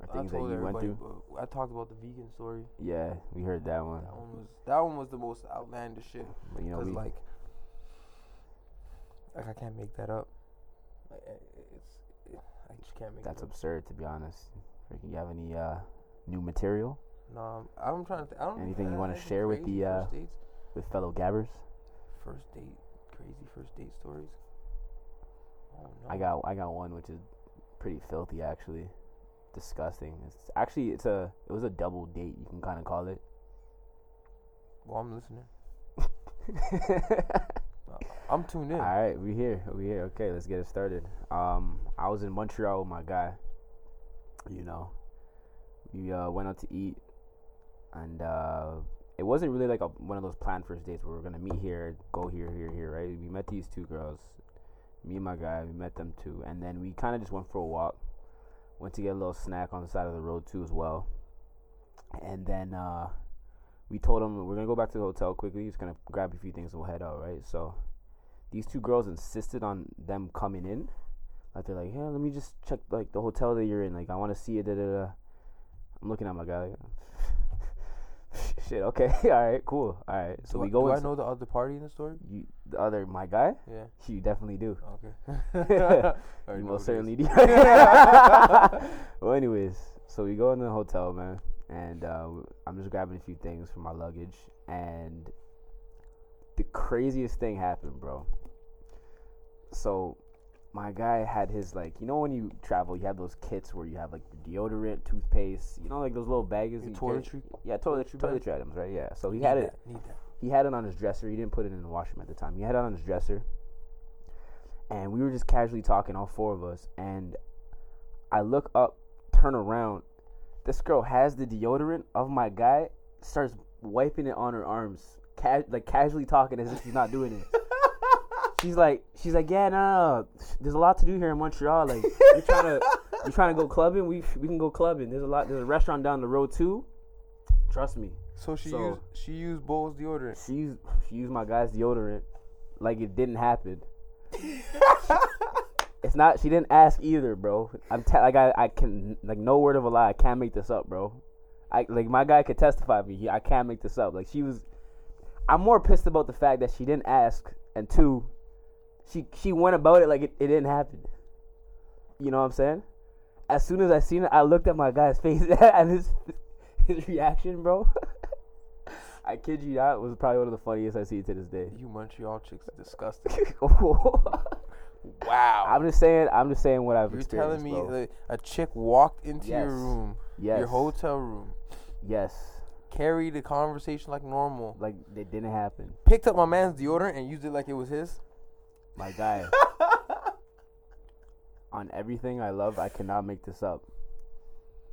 S3: or things that you went
S2: everybody,
S3: through?
S2: but I talked about the vegan story.
S3: Yeah, we heard that one.
S2: That one was that one was the most outlandish shit.
S3: But you know,
S2: Cause
S3: we,
S2: like, like I can't make that up. Like I- I- it's, it, I just can't make.
S3: that's
S2: it up.
S3: absurd to be honest. Freaking, you have any uh new material
S2: no. I'm, I'm trying to. Th- I don't.
S3: anything you
S2: I
S3: wanna
S2: had some
S3: share with
S2: crazy
S3: the, uh,
S2: first dates?
S3: with fellow gabbers?
S2: First date, crazy first date stories. Oh no.
S3: I got I got one which is pretty filthy actually, disgusting. It's actually it's a it was a double date you can kind of call it.
S2: Well, I'm listening. Uh, I'm tuned in.
S3: All right, we here we here. Okay, let's get it started. Um, I was in Montreal with my guy. You know, we uh, went out to eat, and uh, it wasn't really like a, one of those planned first dates where we're gonna meet here, go here, here, here. Right? We met these two girls. Me and my guy, we met them too, and then we kind of just went for a walk. Went to get a little snack on the side of the road too, as well. And then uh, we told them we're gonna go back to the hotel quickly. Just gonna grab a few things and we'll head out, right? So these two girls insisted on them coming in. Like they're like, yeah, let me just check like the hotel that you're in. Like I want to see it. Da, da, da. I'm looking at my guy. Like, Shit. Okay. all right. Cool. All right. So
S2: do
S3: we
S2: I,
S3: go.
S2: Do I
S3: ins-
S2: know the other party in the story?
S3: You, the other my guy.
S2: Yeah.
S3: You definitely do.
S2: Okay. I already
S3: You
S2: know
S3: most
S2: what it is.
S3: certainly do. E well, anyways, so we go in the hotel, man, and uh, I'm just grabbing a few things from my luggage, and the craziest thing happened, bro. So my guy had his like, you know, when you travel, you have those kits where you have like deodorant, toothpaste, you know, like those little bags.
S2: Your
S3: you carry-
S2: toiletry.
S3: Yeah, toilet,
S2: toiletry bag?
S3: toiletry items, right? Yeah. So he
S2: Need
S3: had it
S2: that, Need that.
S3: he had it on his dresser. He didn't put it in the washroom at the time. He had it on his dresser. And we were just casually talking, all four of us. And I look up, turn around. This girl has the deodorant of my guy, starts wiping it on her arms, ca- like casually talking as if she's not doing it. She's like, she's like, yeah, no, no, there's a lot to do here in Montreal. Like, you trying to, you trying to go clubbing? We we can go clubbing. There's a lot. There's a restaurant down the road too. Trust me.
S2: So she
S3: So-
S2: used she used Bowles deodorant.
S3: She used, she used my guy's deodorant like it didn't happen. it's not. She didn't ask either, bro. I'm te- like I, I can like no word of a lie. I can't make this up, bro. I like my guy could testify to me. He, I can't make this up. Like she was. I'm more pissed about the fact that she didn't ask, and two, she she went about it like it, it didn't happen. You know what I'm saying? As soon as I seen it, I looked at my guy's face and his his reaction, bro. I kid you not, was probably one of the funniest I see to this day.
S2: You Montreal chicks are disgusting.
S3: I'm
S2: wow.
S3: just saying. I'm just saying what I've
S2: You're telling
S3: experienced.
S2: me
S3: bro.
S2: that a chick walked into
S3: Yes.
S2: your room,
S3: yes.
S2: your hotel room,
S3: Yes.
S2: carried the conversation like normal,
S3: Like it didn't happen.
S2: picked up my man's deodorant and used it like it was his.
S3: My guy. On everything I love, I cannot make this up.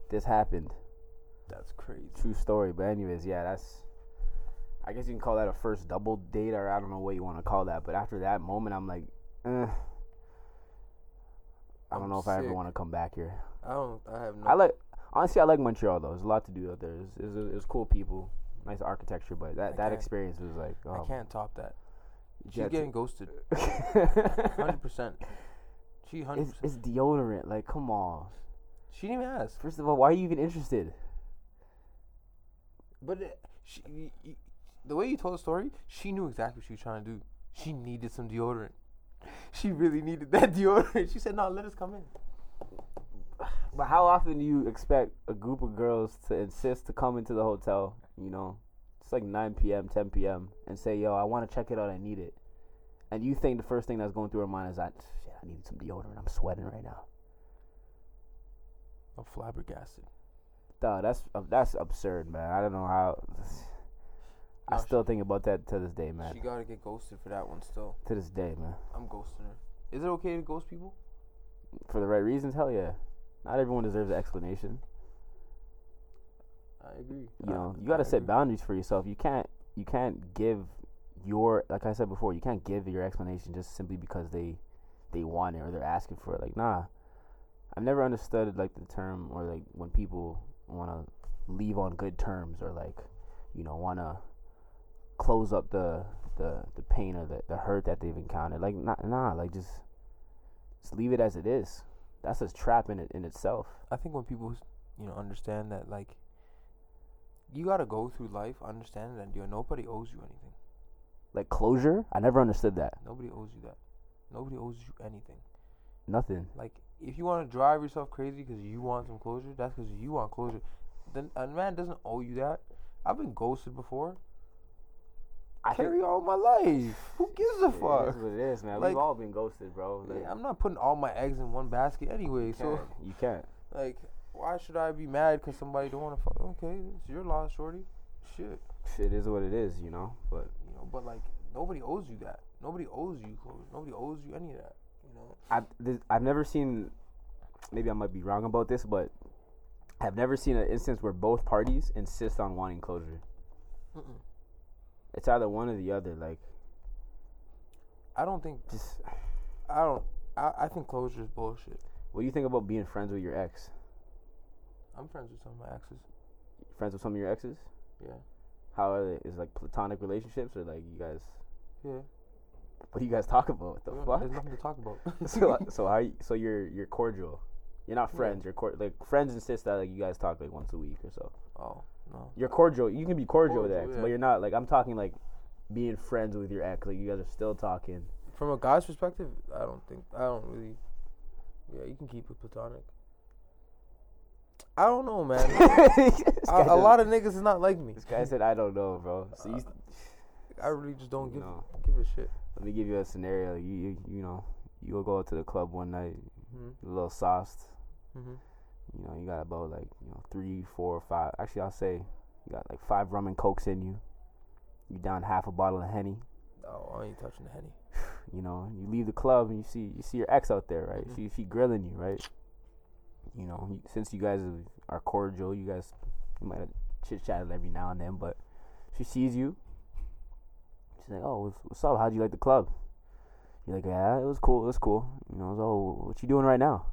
S3: This happened.
S2: That's crazy.
S3: True story. But anyways, yeah, that's. I guess you can call that a first double date, or I don't know what you want to call that. But after that moment, I'm like, eh, I don't
S2: I'm
S3: know if I ever
S2: sick.
S3: want to come back here.
S2: I don't. I have no.
S3: I like honestly, I like Montreal though. There's a lot to do out there. It's, it's, it's cool people, nice architecture, but that,
S2: I
S3: that
S2: can't-
S3: experience was like
S2: I
S3: oh,
S2: can't top that. She's
S3: yeah,
S2: getting ghosted. Hundred percent. She hundred
S3: it's,
S2: percent.
S3: it's deodorant. Like, come on.
S2: She didn't even ask.
S3: First of all, why are you even interested?
S2: But it, she, y- y- the way you told the story, she knew exactly what she was trying to do. She needed some deodorant. She really needed that deodorant. She said, "No, let us come in."
S3: But how often do you expect a group of girls to insist to come into the hotel? You know, it's like 9 p.m., 10 p.m., and say, "Yo, I want to check it out. I need it." And you think the first thing that's going through her mind is that, "Shit, I need some deodorant. I'm sweating right now."
S2: I'm flabbergasted.
S3: Duh, that's uh, that's absurd, man. I don't know how. I
S2: No,
S3: still think about that to this day, man.
S2: She gotta get ghosted for that one. Still,
S3: to this day, man.
S2: I'm ghosting her. Is it okay to ghost people?
S3: For the right reasons, hell yeah. Not everyone deserves an explanation.
S2: I agree.
S3: You
S2: I-
S3: know, you got
S2: I
S3: to set
S2: agree.
S3: boundaries for yourself. You can't you can't give your like I said before, you can't give your explanation just simply because they they want it or they're asking for it. Like, nah. I've never understood like the term or like when people want to leave on good terms or like you know want to close up the the the pain or the, the hurt that they've encountered. Like, nah, nah, like just just leave it as it is. That's a trap in it in itself.
S2: I think when people, you know, understand that like you gotta go through life understanding that you nobody owes you anything.
S3: Like closure, I never understood that.
S2: Nobody owes you that. Nobody owes you anything.
S3: Nothing.
S2: Like if you want to drive yourself crazy because you want some closure, that's because you want closure. Then a man doesn't owe you that. I've been ghosted before.
S3: I think-
S2: carry all my life. Who gives a
S3: It
S2: fuck?
S3: is what it is, man.
S2: Like-
S3: We've all been ghosted, bro. Like,
S2: Yeah, I'm not putting all my eggs in one basket anyway.
S3: you
S2: So
S3: can't- you can't.
S2: like, why should I be mad because somebody don't want to fuck? Okay, it's your loss, shorty. Shit.
S3: It is what it is, you know. But
S2: you know. But like nobody owes you that. Nobody owes you clothes. Nobody owes you any of that. You know.
S3: I've this, I've never seen. Maybe I might be wrong about this, but I've never seen an instance where both parties insist on wanting closure.
S2: Mm-mm.
S3: It's either one or the other. Like,
S2: I don't think.
S3: just
S2: I don't. I, I think closure is bullshit.
S3: what do you think about being friends with your ex?
S2: I'm friends with some of my exes.
S3: Friends with some of your exes?
S2: Yeah.
S3: How are they? Is like platonic relationships or like you guys?
S2: Yeah.
S3: What do you guys talk about? What the
S2: we don't-
S3: fuck?
S2: There's nothing to talk about.
S3: so uh, so how you, so you're you're cordial. You're not friends. You're cor- like friends insist that like you guys talk like once a week or so.
S2: oh no.
S3: You're cordial. You can be cordial, with
S2: Cordial,
S3: ex,
S2: yeah.
S3: but you're not like I'm talking like being friends with your ex. Like you guys are still talking.
S2: From a guy's perspective, I don't think. I don't really. Yeah, you can keep it platonic. I don't know, man.
S3: This
S2: a,
S3: guy
S2: a
S3: said-
S2: lot of niggas is not like me. Uh,
S3: This guy said I don't know, bro. So you,
S2: I really just don't give
S3: No.
S2: give a shit.
S3: let me give you a scenario. You you, you know you'll go out to the club one night,
S2: Mm-hmm.
S3: a little sauced.
S2: Mm-hmm.
S3: You know you got about like you know three, four, five. Actually, I'll say you got like five rum and cokes in you. You down half a bottle of henny.
S2: Oh, I ain't touching the henny.
S3: you know, you leave the club and you see you see your ex out there, right?
S2: Mhm.
S3: She she grilling you, right? you know, you- since you guys are cordial, you guys you might have chit chatted every now and then, but she sees you. She's like, "Oh, what's, what's up? How'd you like the club?" You're like, "Yeah, it was cool. It was cool." You know, "Oh, what you doing right now?"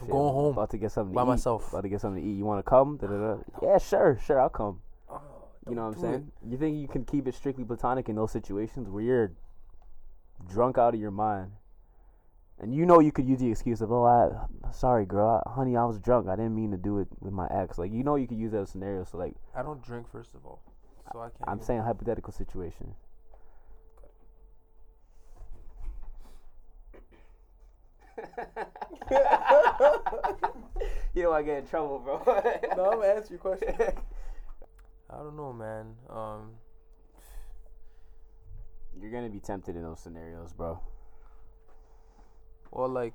S2: I'm
S3: "Shit,
S2: going home
S3: About to get something to
S2: by
S3: eat.
S2: myself.
S3: About to get something to eat. You want to come? Da, da, da. Yeah, sure, sure, I'll come. You know what I'm
S2: Oh, do it.
S3: saying? You think you can keep it strictly platonic in those situations where you're drunk out of your mind, and you know you could use the excuse of, "Oh, I, sorry, girl, I, honey, I was drunk. I didn't mean to do it with my ex." Like you know you could use that as a scenario. So like
S2: I don't drink first of all, so I can't.
S3: I'm
S2: even-
S3: saying hypothetical situation. you know I get in trouble, bro.
S2: No, I'm gonna answer your question. I don't know, man. Um,
S3: You're gonna be tempted in those scenarios, bro.
S2: well, like,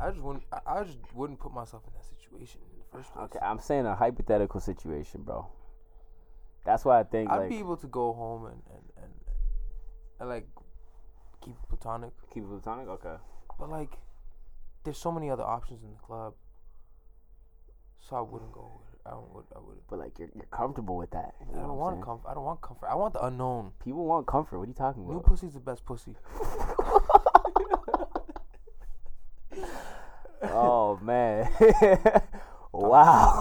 S2: I just wouldn't. I- I just wouldn't put myself in that situation in the first place.
S3: Okay, I'm saying a hypothetical situation, bro. That's why I think
S2: I'd
S3: like
S2: be able to go home and and, and and like keep it platonic,
S3: keep it platonic. Okay,
S2: but like, there's so many other options in the club, so I wouldn't go. with it. I don't. Would, I wouldn't.
S3: but like you're, you're comfortable with that. you
S2: I
S3: know what
S2: don't
S3: I'm
S2: want
S3: saying?
S2: comfort. I don't want comfort. I want the unknown.
S3: People want comfort. What are you talking
S2: New
S3: about?
S2: pussy's the best pussy.
S3: Oh man. wow.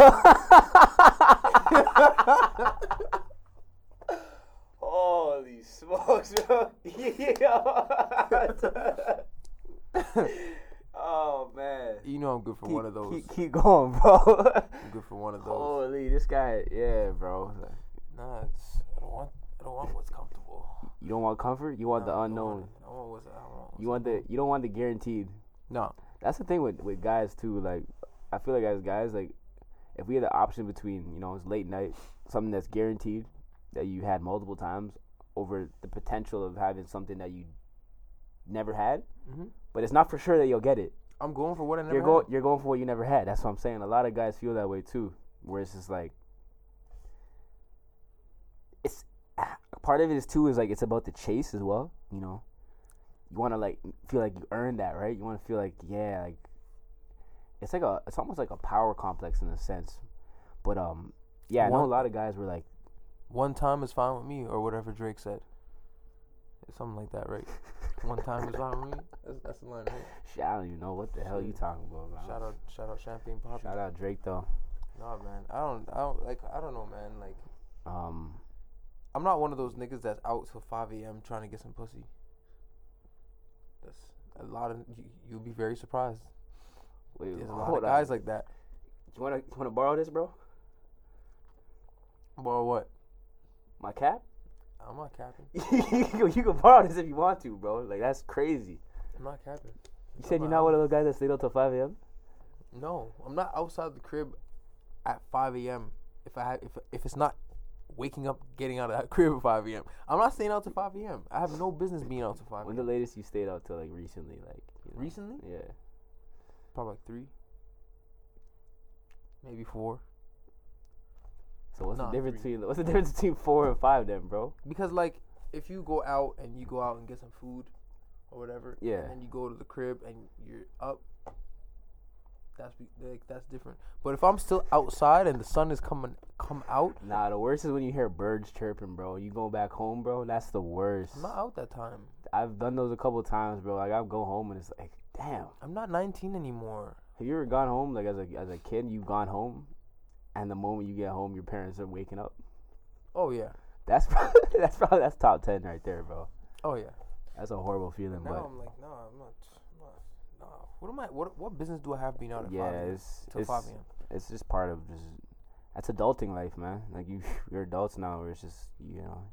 S3: Holy smokes, bro. oh man.
S2: You know I'm good for one of those.
S3: Keep, keep going, bro.
S2: I'm good for one of those.
S3: Holy, this guy, yeah, bro.
S2: Nah, it's, I don't want. I don't want what's comfortable.
S3: You don't want comfort. You want
S2: No,
S3: the
S2: I don't want
S3: unknown.
S2: it. I want what's. I don't want. What's,
S3: You want the. You don't want the guaranteed.
S2: no.
S3: That's the thing with with guys too. Like, I feel like as guys, like, if we had the option between, you know, it's late night, something that's guaranteed that you had multiple times, over the potential of having something that you never had,
S2: Mhm.
S3: but it's not for sure that you'll get it.
S2: I'm going for what I never.
S3: you're
S2: You're
S3: going you're going for what you never had. That's what I'm saying. A lot of guys feel that way too, where it's just like it's ah, part of it is too is like it's about the chase as well. You know, you want to like feel like you earned that, right? You want to feel like yeah, like it's like a it's almost like a power complex in a sense. But um, yeah, I know a
S2: One-
S3: lot of guys were like,
S2: One time is fine with me, or whatever Drake said. Something like that, right? One time is fine with me. That's, that's the line, right?
S3: Shit, I don't even know what the hell you talking about. man."
S2: Shout out, shout out, Champagne Poppy.
S3: shout out Drake though.
S2: Nah, man. I don't. I don't like. I don't know, man. Like,
S3: Um,
S2: I'm not one of those niggas that's out till 5 a.m. trying to get some pussy. That's a lot of. You, you'll be very surprised.
S3: wait,
S2: There's a lot
S3: hold
S2: of
S3: on.
S2: guys like that.
S3: you wanna you wanna borrow this, bro?
S2: Well, what?
S3: My cap.
S2: I'm not capping.
S3: you can- you can borrow this if you want to, bro. Like that's crazy.
S2: I'm not capping.
S3: You said you're not one of those guys that stayed up till five a.m.
S2: No, I'm not outside the crib at 5 a.m. If I have, if if it's not waking up, getting out of that crib at 5 a.m. I'm not staying out till 5 a.m. I have no business being out till 5
S3: When
S2: a.m.
S3: the latest you stayed out till like recently, like you know?
S2: Recently,
S3: Yeah.
S2: probably like three, maybe four.
S3: So what's
S2: Nah,
S3: the difference
S2: three.
S3: between what's the difference between four and five then, bro?
S2: Because like, if you go out and you go out and get some food or whatever,
S3: Yeah.
S2: and then you go to the crib and you're up. That's be- like that's different. But if I'm still outside and the sun is coming come out,
S3: Nah, the worst is when you hear birds chirping, bro. You go back home, bro. That's the worst.
S2: I'm not out that time.
S3: I've done those a couple times, bro. Like I'll go home and it's like, damn.
S2: I'm not 19 anymore.
S3: Have you ever gone home like as a as a kid? You've gone home, and the moment you get home, your parents are waking up.
S2: Oh yeah.
S3: That's probably, that's probably that's top ten right there, bro.
S2: Oh yeah.
S3: That's a horrible feeling,
S2: Now
S3: but
S2: I'm like, no, I'm not. I'm not no. What am I? What what business do I have being out at
S3: yeah,
S2: five a.m.
S3: it's
S2: till
S3: it's,
S2: five a.m.
S3: it's just part of just that's adulting life, man. Like you, you're adults now. Where it's just you know,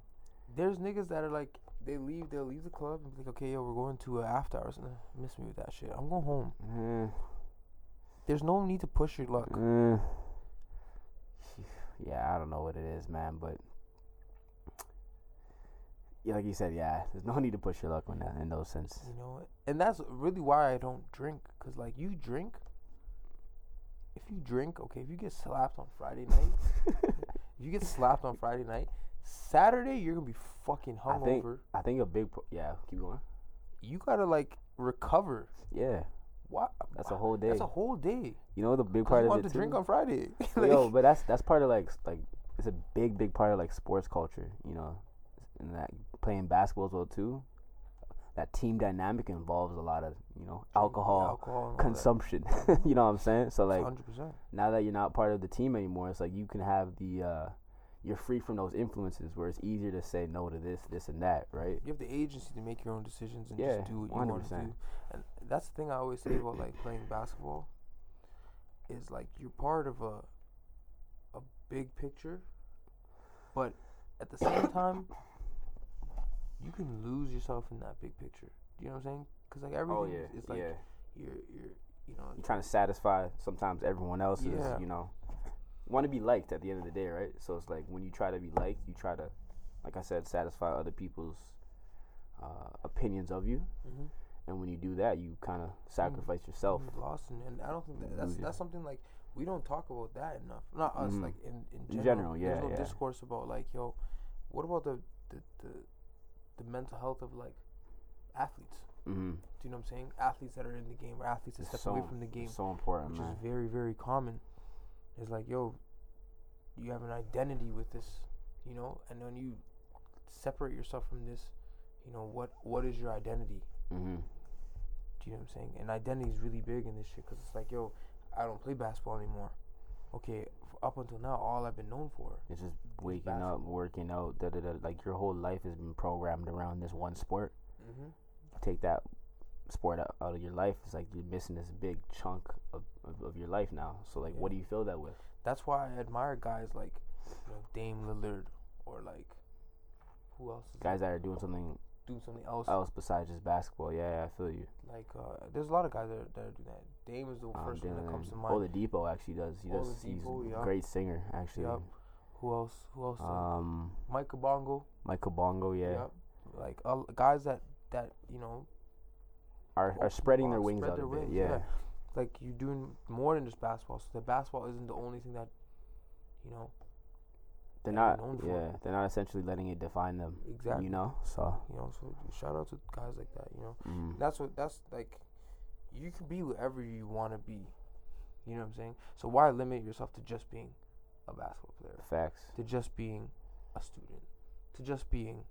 S2: There's niggas that are like, they leave, they will leave the club and be like, okay, yo, we're going to uh, after hours. Nah, miss me with that shit. I'm going home.
S3: eh,
S2: There's no need to push your luck.
S3: eh. yeah, I don't know what it is, man, but yeah, like you said, yeah, there's no need to push your luck on that in those sense.
S2: You know, and that's really why I don't drink. Cause like you drink. If you drink, okay, if you get slapped on Friday night, if you get slapped on Friday night, Saturday you're gonna be fucking
S3: I think
S2: hungover.
S3: I think a big pro- yeah. Keep going.
S2: you gotta like recover.
S3: Yeah,
S2: What?
S3: that's a whole day.
S2: That's a whole day.
S3: you know the big
S2: I
S3: part
S2: just
S3: of
S2: want
S3: it
S2: to
S3: too.
S2: drink on Friday.
S3: Yo,
S2: Like-
S3: but that's that's part of like s- like it's a big big part of like sports culture, you know, and that playing basketball as well too. That team dynamic involves a lot of you know alcohol
S2: alcohol and all that.
S3: consumption. you know what I'm saying? So like
S2: 100%.
S3: now that you're not part of the team anymore, it's like you can have the uh, you're free from those influences where it's easier to say no to this, this, and that, right?
S2: You have the agency to make your own decisions and
S3: Yeah,
S2: just do what you want to
S3: 100%.
S2: do. And that's the thing I always say about like playing basketball is like you're part of a a big picture, but at the same time you can lose yourself in that big picture. Do you know what I'm saying? Cuz like everything
S3: Oh yeah,
S2: is it's like
S3: yeah.
S2: you're you're you know
S3: You're trying to satisfy sometimes everyone else's,
S2: Yeah.
S3: you know, want to be liked at the end of the day, right? So it's like when you try to be liked, you try to, like I said, satisfy other people's uh, opinions of you,
S2: Mhm.
S3: and when you do that, you kind of sacrifice
S2: Mm.
S3: yourself.
S2: you're lost and, and I don't think that, that's
S3: Lose
S2: that's something like we don't talk about that enough. Not us
S3: Mhm.
S2: like in in
S3: In
S2: general.
S3: general, yeah,
S2: There's no
S3: yeah.
S2: discourse about like yo, what about the the, the the mental health of like athletes?
S3: Mm-hmm.
S2: Do you know what I'm saying? Athletes that are in the game or athletes that step away from the game,
S3: so important,
S2: which
S3: man.
S2: is very very common. It's like yo, you have an identity with this, you know, and when you separate yourself from this, you know what what is your identity?
S3: mm-hmm.
S2: Do you know what I'm saying? And identity is really big in this shit because it's like, yo, I don't play basketball anymore. Okay, f- up until now, all I've been known for.
S3: It's just waking up,
S2: basketball.
S3: working out, da da da. Like your whole life has been programmed around this one sport.
S2: Mm-hmm.
S3: take that sport out, out of your life, it's like you're missing this big chunk of, of, of your life now. So like, what do
S2: Yeah.
S3: you fill that with?
S2: That's why I admire guys like you know, Dame Lillard or like who else is
S3: Guys Oh. that are doing something
S2: doing something else.
S3: else besides just basketball. Yeah, yeah, I feel you.
S2: Like uh, there's a lot of guys that are, that are doing that. Dame is the
S3: Um,
S2: first one that
S3: Dylan-
S2: comes to mind.
S3: Oladipo actually does. He does. he's
S2: Oladipo,
S3: a
S2: yeah.
S3: great singer actually.
S2: Yup. Who else? Who else? Uh,
S3: Um,
S2: Michael Bongo.
S3: Michael Bongo, yeah,
S2: Yup. Like uh, guys that that you know
S3: are are spreading their
S2: Spread
S3: wings out
S2: their
S3: a bit.
S2: wings,
S3: yeah.
S2: yeah. like you're doing more than just basketball. So the basketball isn't the only thing that you know
S3: they're
S2: that
S3: not.
S2: we're known for.
S3: Yeah, they're not essentially letting it define them.
S2: exactly.
S3: You know, so
S2: You know, so shout out to guys like that. You know,
S3: mm,
S2: that's what that's like. You can be whatever you want to be. You know what I'm saying? So why limit yourself to just being a basketball player,
S3: facts.
S2: to just being a student, to just being,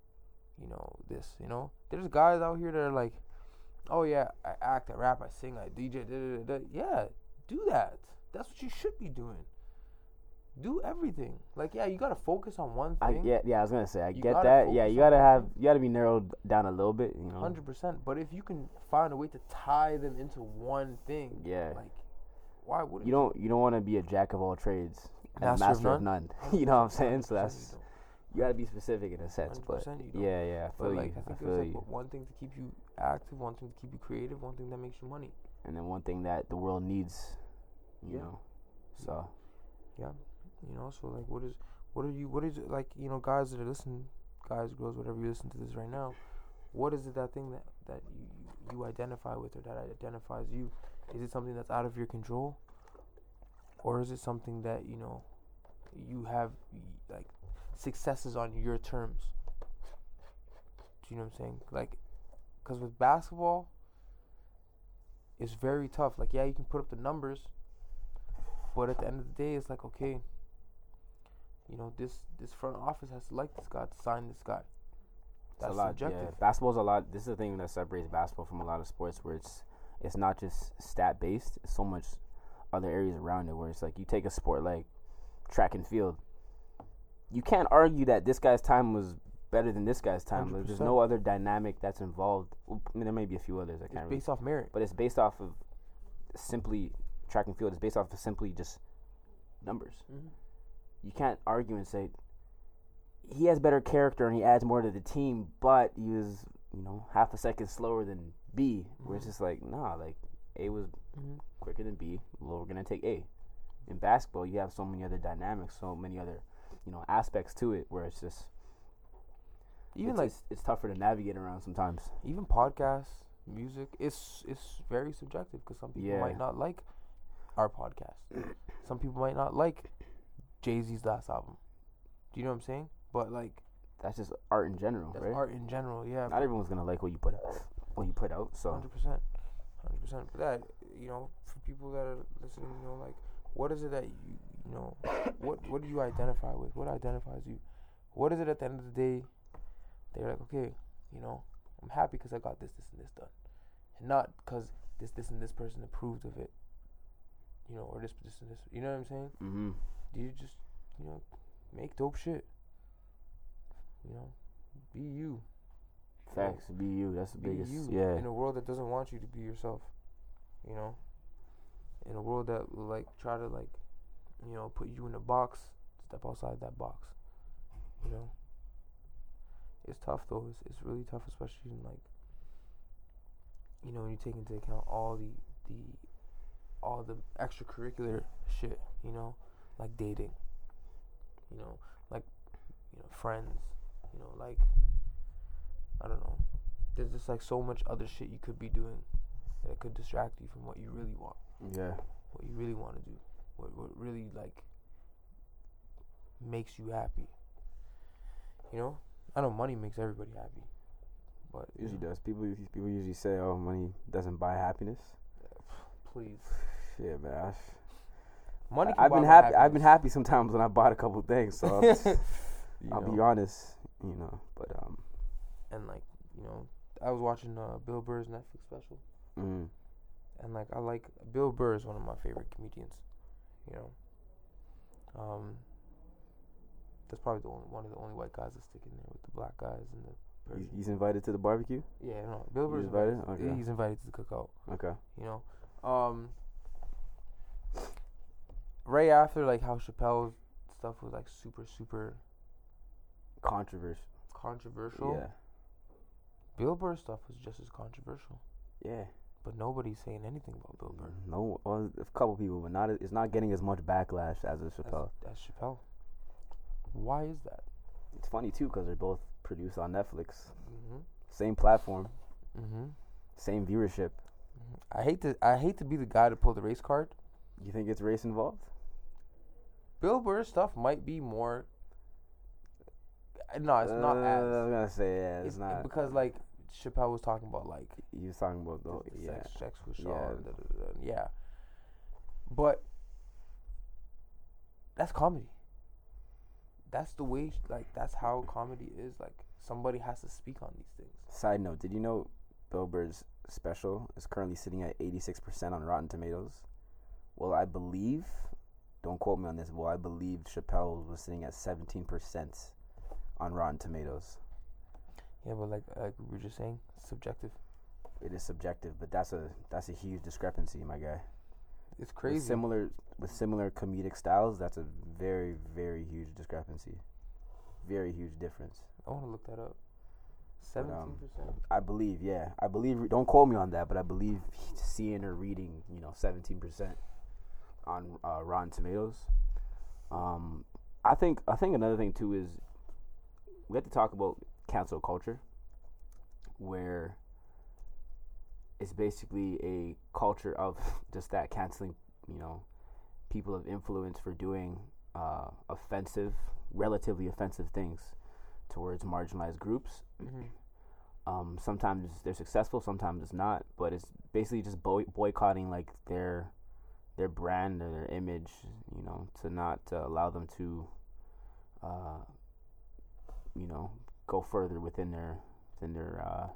S2: you know, this? You know, there's guys out here that are like, oh yeah, I act, I rap, I sing, I DJ. Da, da, da, da. Yeah, do that. That's what you should be doing. Do everything. Like yeah, you gotta focus on one
S3: I,
S2: thing.
S3: yeah, yeah, I was gonna say I
S2: You
S3: get
S2: gotta
S3: that. Yeah,
S2: focus
S3: you
S2: on
S3: gotta
S2: one
S3: have you gotta be narrowed down a little bit. You know,
S2: Hundred percent. But if you can find a way to tie them into one thing,
S3: Yeah.
S2: like why wouldn't
S3: you don't you don't want to be a jack of all trades and a
S2: Master of
S3: master of none. you know what I'm saying? So that's
S2: 100%
S3: you gotta be specific in a sense, but
S2: 100% you don't.
S3: yeah,
S2: you
S3: yeah, I
S2: don't.
S3: feel
S2: But like
S3: you,
S2: I
S3: I
S2: think
S3: feel
S2: there's like
S3: you.
S2: what, one thing to keep you active, one thing to keep you creative, one thing that makes you money.
S3: And then one thing that the world needs, you
S2: Yeah.
S3: know, so
S2: You know, so like what is what are you what is it like, you know, guys that are listening guys, girls, whatever you listen to this right now, what is it that thing that, that you, you you identify with or that identifies you? Is it something that's out of your control? Or is it something that, you know, you have y- like successes on your terms? Do you know what I'm saying? Like, because with basketball, it's very tough. Like, yeah, you can put up the numbers, but at the end of the day, it's like, okay, you know, this this front office has to like this guy to sign this guy.
S3: it's a
S2: That's
S3: lot. Yeah,
S2: subjective.
S3: basketball's a lot. This is the thing that separates basketball from a lot of sports, where it's it's not just stat based. It's so much other areas around it where it's like you take a sport like track and field. You can't argue that this guy's time was better than this guy's time. Like, There's
S2: 100%.
S3: no other dynamic that's involved. Oop, I mean, there may be a few others. I can't.
S2: It's
S3: really
S2: based off merit.
S3: but it's based off of simply track and field is based off of simply just numbers.
S2: Mhm.
S3: You can't argue and say he has better character and he adds more to the team, but he was you know half a second slower than B. Where
S2: Mm-hmm.
S3: it's just like nah, like A was
S2: Mhm.
S3: quicker than B. Well, we're gonna take A. In basketball, you have so many other dynamics, so many other you know aspects to it where it's just
S2: Even
S3: it's,
S2: like
S3: it's, it's tougher to navigate around sometimes.
S2: even podcasts, music, it's it's very subjective because some people
S3: Yeah.
S2: might not like our podcast. some people might not like Jay Z's last album. Do you know what I'm saying? But like
S3: That's just art in general,
S2: that's
S3: right?
S2: art in general, yeah.
S3: Not everyone's gonna like what you put out. what you put out. So
S2: Hundred percent, hundred percent. But that you know, for people that are listening, you know, like, what is it that you you know, what what do you identify with? What identifies you? What is it at the end of the day? They're like, okay, you know, I'm happy because I got this, this, and this done, and not because this, this, and this person approved of it. You know, or this, this, and this. You know what I'm saying?
S3: mm-hmm.
S2: Do you just you know make dope shit? You know, be you.
S3: facts. Be you. That's the
S2: be
S3: biggest.
S2: you
S3: Yeah.
S2: in a world that doesn't want you to be yourself. You know, in a world that will like try to like, you know, put you in a box. Step outside that box. You know. It's tough though. It's, it's really tough, especially in like. You know, when you take into account all the the, all the extracurricular shit. You know, like dating. You know, like, you know, friends. You know, like. I don't know there's just like so much other shit you could be doing that could distract you from what you really want,
S3: yeah.
S2: what you really want to do, what what really like makes you happy. You know, I know money makes everybody happy, but you
S3: Usually
S2: know,
S3: does. People usually people usually say, "Oh, money doesn't buy happiness."
S2: please,
S3: Shit, man. I, sh-
S2: money. can
S3: I- I've
S2: buy
S3: been
S2: me
S3: happy. I've been
S2: happiness.
S3: happy sometimes when I bought a couple things. So I'm just-
S2: You
S3: I'll be
S2: know,
S3: honest, you know. But um,
S2: and like you know, I was watching uh, Bill Burr's Netflix special,
S3: mm,
S2: and like I like Bill Burr is one of my favorite comedians. You know, um, that's probably the only one of the only white guys that stick in there with the black guys and the
S3: he's,
S2: Persian.
S3: he's invited to the barbecue.
S2: yeah, no, Bill
S3: he's
S2: Burr's
S3: invited? Okay.
S2: He's invited to the cookout.
S3: Okay.
S2: You know, um, right after like how Chappelle's stuff was like super super
S3: Controversy.
S2: controversial. Bill Burr's stuff was just as controversial,
S3: Yeah. Yeah.
S2: but nobody's saying anything about Bill Burr
S3: No, well, a couple people, but not. It's not getting as much backlash as a Chappelle.
S2: as, as Chappelle. Why is that?
S3: It's funny too because they're both produced on Netflix,
S2: Mm-hmm.
S3: same platform,
S2: Mm-hmm.
S3: same viewership.
S2: I hate to I hate to be the guy to pull the race card.
S3: You think it's race involved?
S2: Bill Burr's stuff might be more. Uh, No, it's not
S3: Uh, I
S2: as.
S3: was gonna say yeah, it's,
S2: It's
S3: not
S2: because like Chappelle was talking about like
S3: You was talking about the
S2: the,
S3: whole-
S2: the
S3: Oh, yeah.
S2: sex, sex with Shaw.
S3: Yeah.
S2: and da- da- da- da- yeah. But that's comedy. That's the way, sh- like, that's how comedy is. Like, somebody has to speak on these things.
S3: Side note: Did you know Bill Burr's special is currently sitting at eighty six percent on Rotten Tomatoes? Well, I believe. Don't quote me on this. Well, I believe Chappelle was sitting at seventeen percent on Rotten Tomatoes.
S2: Yeah, but like, like we were just saying, subjective.
S3: It is subjective, but that's a that's a huge discrepancy, my guy.
S2: It's
S3: With
S2: crazy.
S3: similar with similar comedic styles, that's a very very huge discrepancy. Very huge difference.
S2: I want to look that up.
S3: But,
S2: Seventeen
S3: um,
S2: percent.
S3: I believe, yeah, I believe. Don't quote me on that, but I believe seeing or reading, you know, seventeen percent on uh, Rotten Tomatoes. Um, I think I think another thing too is we have to talk about cancel culture, where it's basically a culture of just that canceling, you know, people of influence for doing uh, offensive, relatively offensive things towards marginalized groups
S2: Mm-hmm.
S3: um, sometimes they're successful, sometimes it's not. But it's basically just boy- boycotting like their their brand or their image, you know, to not uh, allow them to, uh, you know, go further within their within their uh,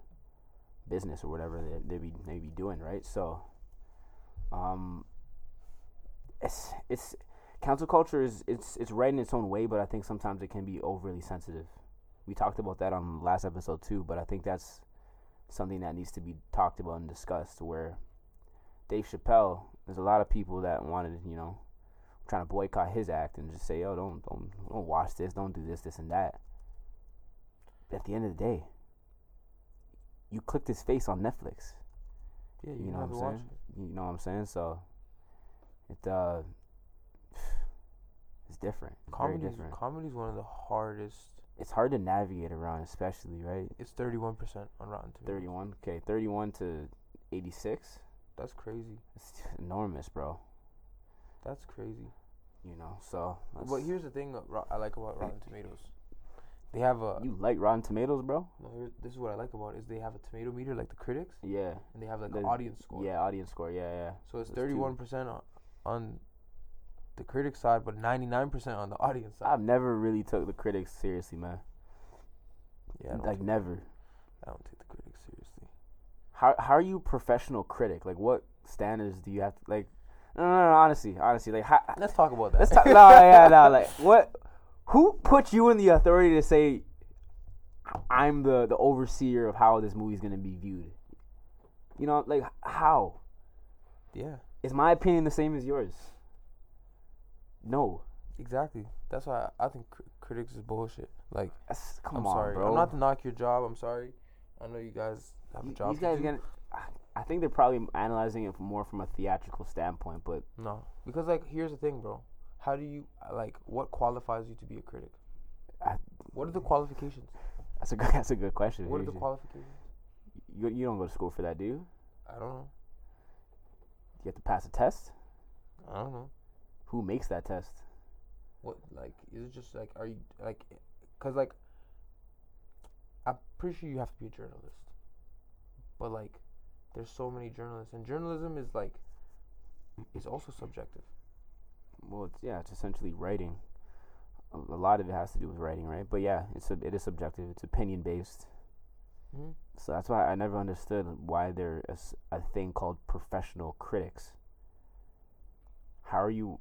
S3: business or whatever they they be they be doing, right? So, um, it's it's council culture is it's it's right in its own way, but I think sometimes it can be overly sensitive we talked about that on the last episode too, but I think that's something that needs to be talked about and discussed. Where Dave Chappelle, there's a lot of people that wanted, you know, trying to boycott his act and just say, "Yo, don't don't don't watch this, don't do this, this and that." But at the end of the day, you clicked his face on Netflix.
S2: Yeah,
S3: You
S2: you, know,
S3: know what
S2: have
S3: I'm
S2: to watch
S3: saying?
S2: it.
S3: You know what I'm saying? So it uh, it's different. It's very
S2: Comedy is
S3: different.
S2: comedy is one of the hardest.
S3: It's hard to navigate around, especially right.
S2: It's thirty one percent on Rotten Tomatoes.
S3: 31 okay 31 to 86
S2: That's crazy.
S3: it's enormous bro
S2: That's crazy.
S3: you know so that's-
S2: uh, But here's the thing that Ro- I like about Rotten Tomatoes. They have a.
S3: You like Rotten Tomatoes, bro?
S2: no, here- this is what I like about it is they have a tomato meter like the critics,
S3: Yeah.
S2: and they have like an
S3: The-
S2: audience score.
S3: Yeah, audience score. Yeah, yeah.
S2: So it's
S3: There's two.
S2: thirty one percent on on the critic side, but ninety nine percent on the audience side.
S3: I've never really took the critics seriously, man.
S2: yeah, I don't,
S3: like
S2: take,
S3: never.
S2: I don't take the critics seriously.
S3: How how are you a professional critic? Like what standards do you have to like? No, no, no. Honestly, honestly, like how,
S2: Let's talk about that.
S3: let's talk. No, yeah, no. Like what? Who put you in the authority to say I'm the the overseer of how this movie's gonna be viewed? You know, like how
S2: yeah,
S3: is my opinion the same as yours? No.
S2: exactly. That's why I, I think cr- critics is bullshit. Like,
S3: That's- come
S2: I'm
S3: on,
S2: sorry.
S3: bro.
S2: I'm not to knock your job. I'm sorry. I know you guys have a
S3: These
S2: job.
S3: guys
S2: to do.
S3: gonna. I- I think they're probably analyzing it more from a theatrical standpoint, but
S2: No, because like here's the thing, bro. How do you like what qualifies you to be a critic?
S3: I-
S2: What are the qualifications?
S3: that's a good, that's a good question.
S2: What are the
S3: Adrian.
S2: qualifications?
S3: You, you don't go to school for that, do you?
S2: I don't know.
S3: You have to pass a test.
S2: I don't know.
S3: Who makes that test?
S2: What like is it just like are you like cuz like I'm pretty sure you have to be a journalist. But like there's so many journalists and journalism is like is also subjective.
S3: Well, it's, yeah, it's essentially writing. A, a lot of it has to do with writing, right? But yeah, it's sub- it is subjective. It's opinion based.
S2: Mhm.
S3: So that's why I never understood why there is a thing called professional critics. How are you,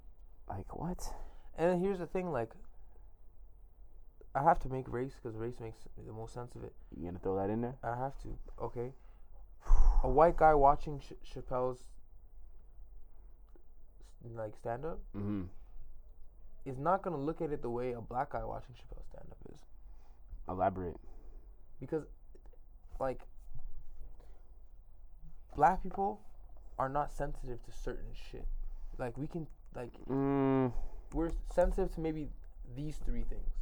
S3: like what?
S2: And here's the thing like I have to make race cuz race makes the most sense of it.
S3: You gonna throw that in there?
S2: I have to. Okay. A white guy watching Ch- Chappelle's s- like stand up
S3: Mm-hmm.
S2: is not gonna look at it the way a black guy watching Chappelle's stand up is
S3: Elaborate.
S2: because like black people are not sensitive to certain shit. Like we can like
S3: Mm,
S2: we're sensitive to maybe these three things,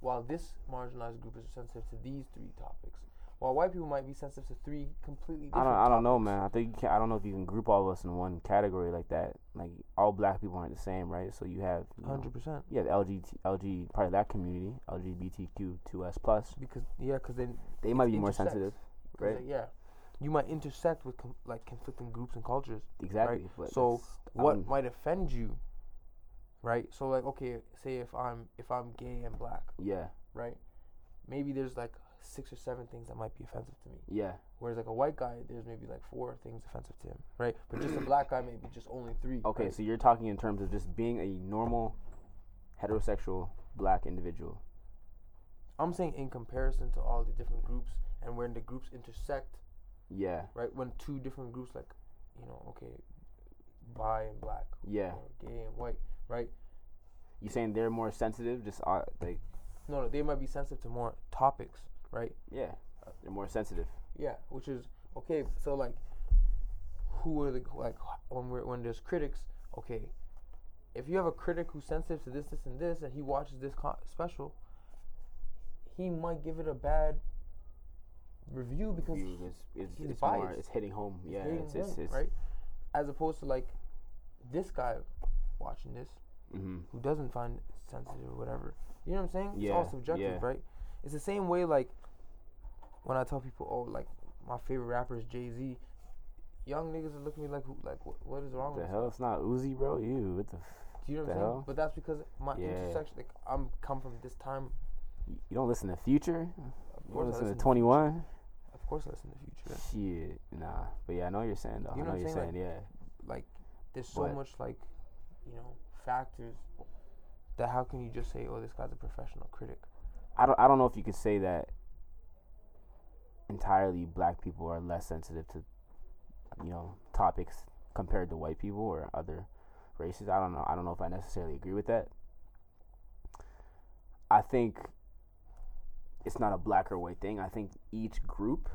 S2: while this marginalized group is sensitive to these three topics. While white people might be sensitive to three completely
S3: I
S2: different
S3: don't. I don't know,
S2: topics.
S3: man. I think you can, I don't know if you can group all of us in one category like that. Like all black people aren't the same, right? So you have you know,
S2: Hundred percent.
S3: Yeah, the LGBT, LG part of that community, LGBTQ2S plus.
S2: because yeah, because then
S3: They might
S2: it's
S3: be more
S2: intersects.
S3: sensitive,
S2: 'Cause,
S3: right?
S2: like, yeah, you might intersect with com- like conflicting groups and cultures.
S3: exactly. But
S2: So
S3: that's- I
S2: what
S3: wouldn't-
S2: might offend you, right? So like, okay, say if I'm if I'm gay and black,
S3: yeah,
S2: right? Maybe there's like six or seven things that might be offensive to me.
S3: yeah,
S2: Whereas like a white guy, there's maybe like four things offensive to him, right? But just a black guy, maybe just only three.
S3: okay.
S2: right?
S3: So you're talking in terms of just being a normal heterosexual black individual.
S2: I'm saying in comparison to all the different groups and when the groups intersect,
S3: Yeah,
S2: right? When two different groups, like, you know, okay, bi and black,
S3: yeah.
S2: or gay and white, right?
S3: You saying they're more sensitive? Just uh, like
S2: No, no, they might be sensitive to more topics, right?
S3: yeah, they're more sensitive.
S2: Yeah, which is okay. So like, who are the like when we're when there's critics? Okay, if you have a critic who's sensitive to this, this, and this, and he watches this co- special, he might give it a bad review because
S3: Views is- it's,
S2: he's
S3: it's more-
S2: biased.
S3: it's hitting home. Yeah,
S2: they
S3: it's, it's,
S2: won't,
S3: it's
S2: right. As opposed to like this guy watching this,
S3: Mm-hmm.
S2: who doesn't find it sensitive or whatever. You know what I'm saying? it's all
S3: Yeah,
S2: subjective,
S3: yeah.
S2: right? It's the same way like when I tell people, oh, like my favorite rapper is Jay Z. Young niggas are looking at me like, who, like, what, what is wrong
S3: The
S2: with
S3: hell, it's not Uzi, bro. You what the? F-
S2: you? Do you know what
S3: the
S2: I'm saying?
S3: hell?
S2: But that's because my
S3: Yeah.
S2: intersection, like, I'm come from this time.
S3: you don't listen to Future.
S2: Of
S3: You don't
S2: course, I
S3: listen to
S2: listen to
S3: Twenty One.
S2: Future. Of course, I listen to Future.
S3: Shit, nah. But yeah, I know what you're saying though.
S2: You know
S3: I know
S2: what
S3: you're
S2: I'm saying?
S3: saying, yeah.
S2: Like, there's so
S3: But-
S2: much like, you know, factors that how can you just say, oh, this guy's a professional critic?
S3: I don't I don't know if you could say that entirely black people are less sensitive to you know, topics compared to white people or other races. I don't know. I don't know if I necessarily agree with that. I think it's not a black or white thing. I think each group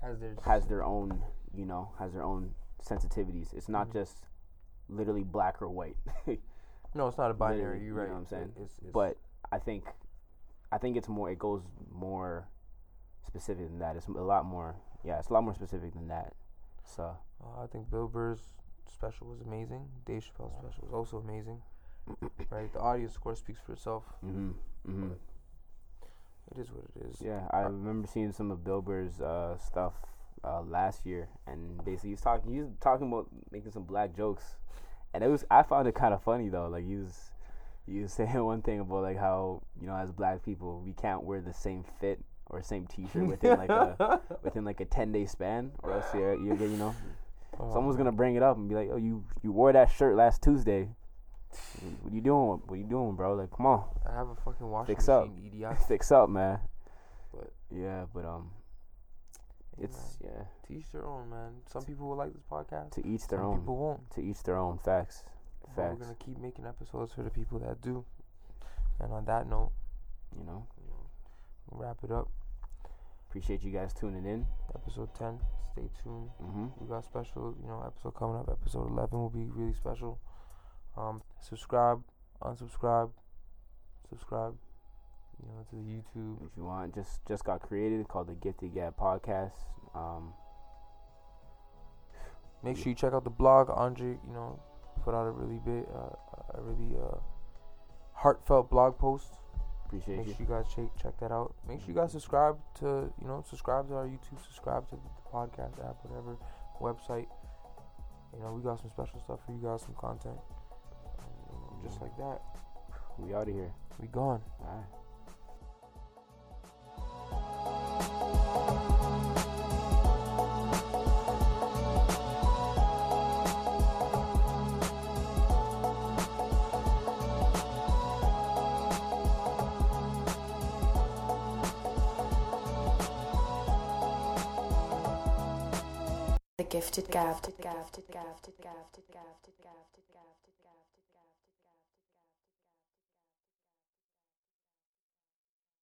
S2: Has their
S3: has their own, you know, has their own sensitivities. It's not
S2: Mhm.
S3: just literally black or white.
S2: no, it's not a binary.
S3: Literally,
S2: You're
S3: you know
S2: right.
S3: what I'm saying?
S2: It's, it's,
S3: but I think I think it's more it goes more specific than that. It's a lot more yeah, it's a lot more specific than that. So
S2: Uh, I think Bill Burr's special was amazing. Dave Chappelle's special was also amazing. right, the audience score speaks for itself.
S3: mhm mhm
S2: It is what it is.
S3: mm-hmm, Yeah, I remember seeing some of Bill Burr's uh, stuff uh, last year, and basically he's talking he's talking about making some black jokes, and it was I found it kind of funny though. Like he was he was saying one thing about like how you know as black people we can't wear the same fit or same T-shirt within like a within like a ten day span, or else you're, you're gonna, you know
S2: Oh,
S3: someone's gonna bring it up and be like, "Oh, you you wore that shirt last Tuesday. What you doing? What you doing, bro? Like, come on,
S2: I have a fucking washing
S3: fix up.
S2: machine, idiot.
S3: fix up, man."
S2: But-
S3: yeah, but um, it's yeah.
S2: Teach their own, man. Some people will like this podcast.
S3: To each their
S2: some
S3: own.
S2: people won't.
S3: To each their own. Facts.
S2: But we're
S3: Facts.
S2: gonna keep making episodes for the people that do. And on that note,
S3: You know.
S2: you know, we'll wrap it up.
S3: Appreciate you guys tuning in.
S2: Episode ten. Stay tuned.
S3: Mm-hmm.
S2: We got special, you know, episode coming up. Episode eleven will be really special. Um, subscribe, unsubscribe, subscribe. You know, to the YouTube.
S3: If you want, just just got created called the Gifted Gab Podcast. Um,
S2: Make sure you check out the blog. Andre, you know, put out a really big, uh, a really uh, heartfelt blog post.
S3: appreciate
S2: Make
S3: you.
S2: sure you guys check check that out. Make sure you guys subscribe to you know subscribe to our YouTube, subscribe to the podcast app, whatever website. You know, we got some special stuff for you guys, some content. And, you know, just like that,
S3: We out of here.
S2: we gone.
S3: All right.
S1: The gifted gab.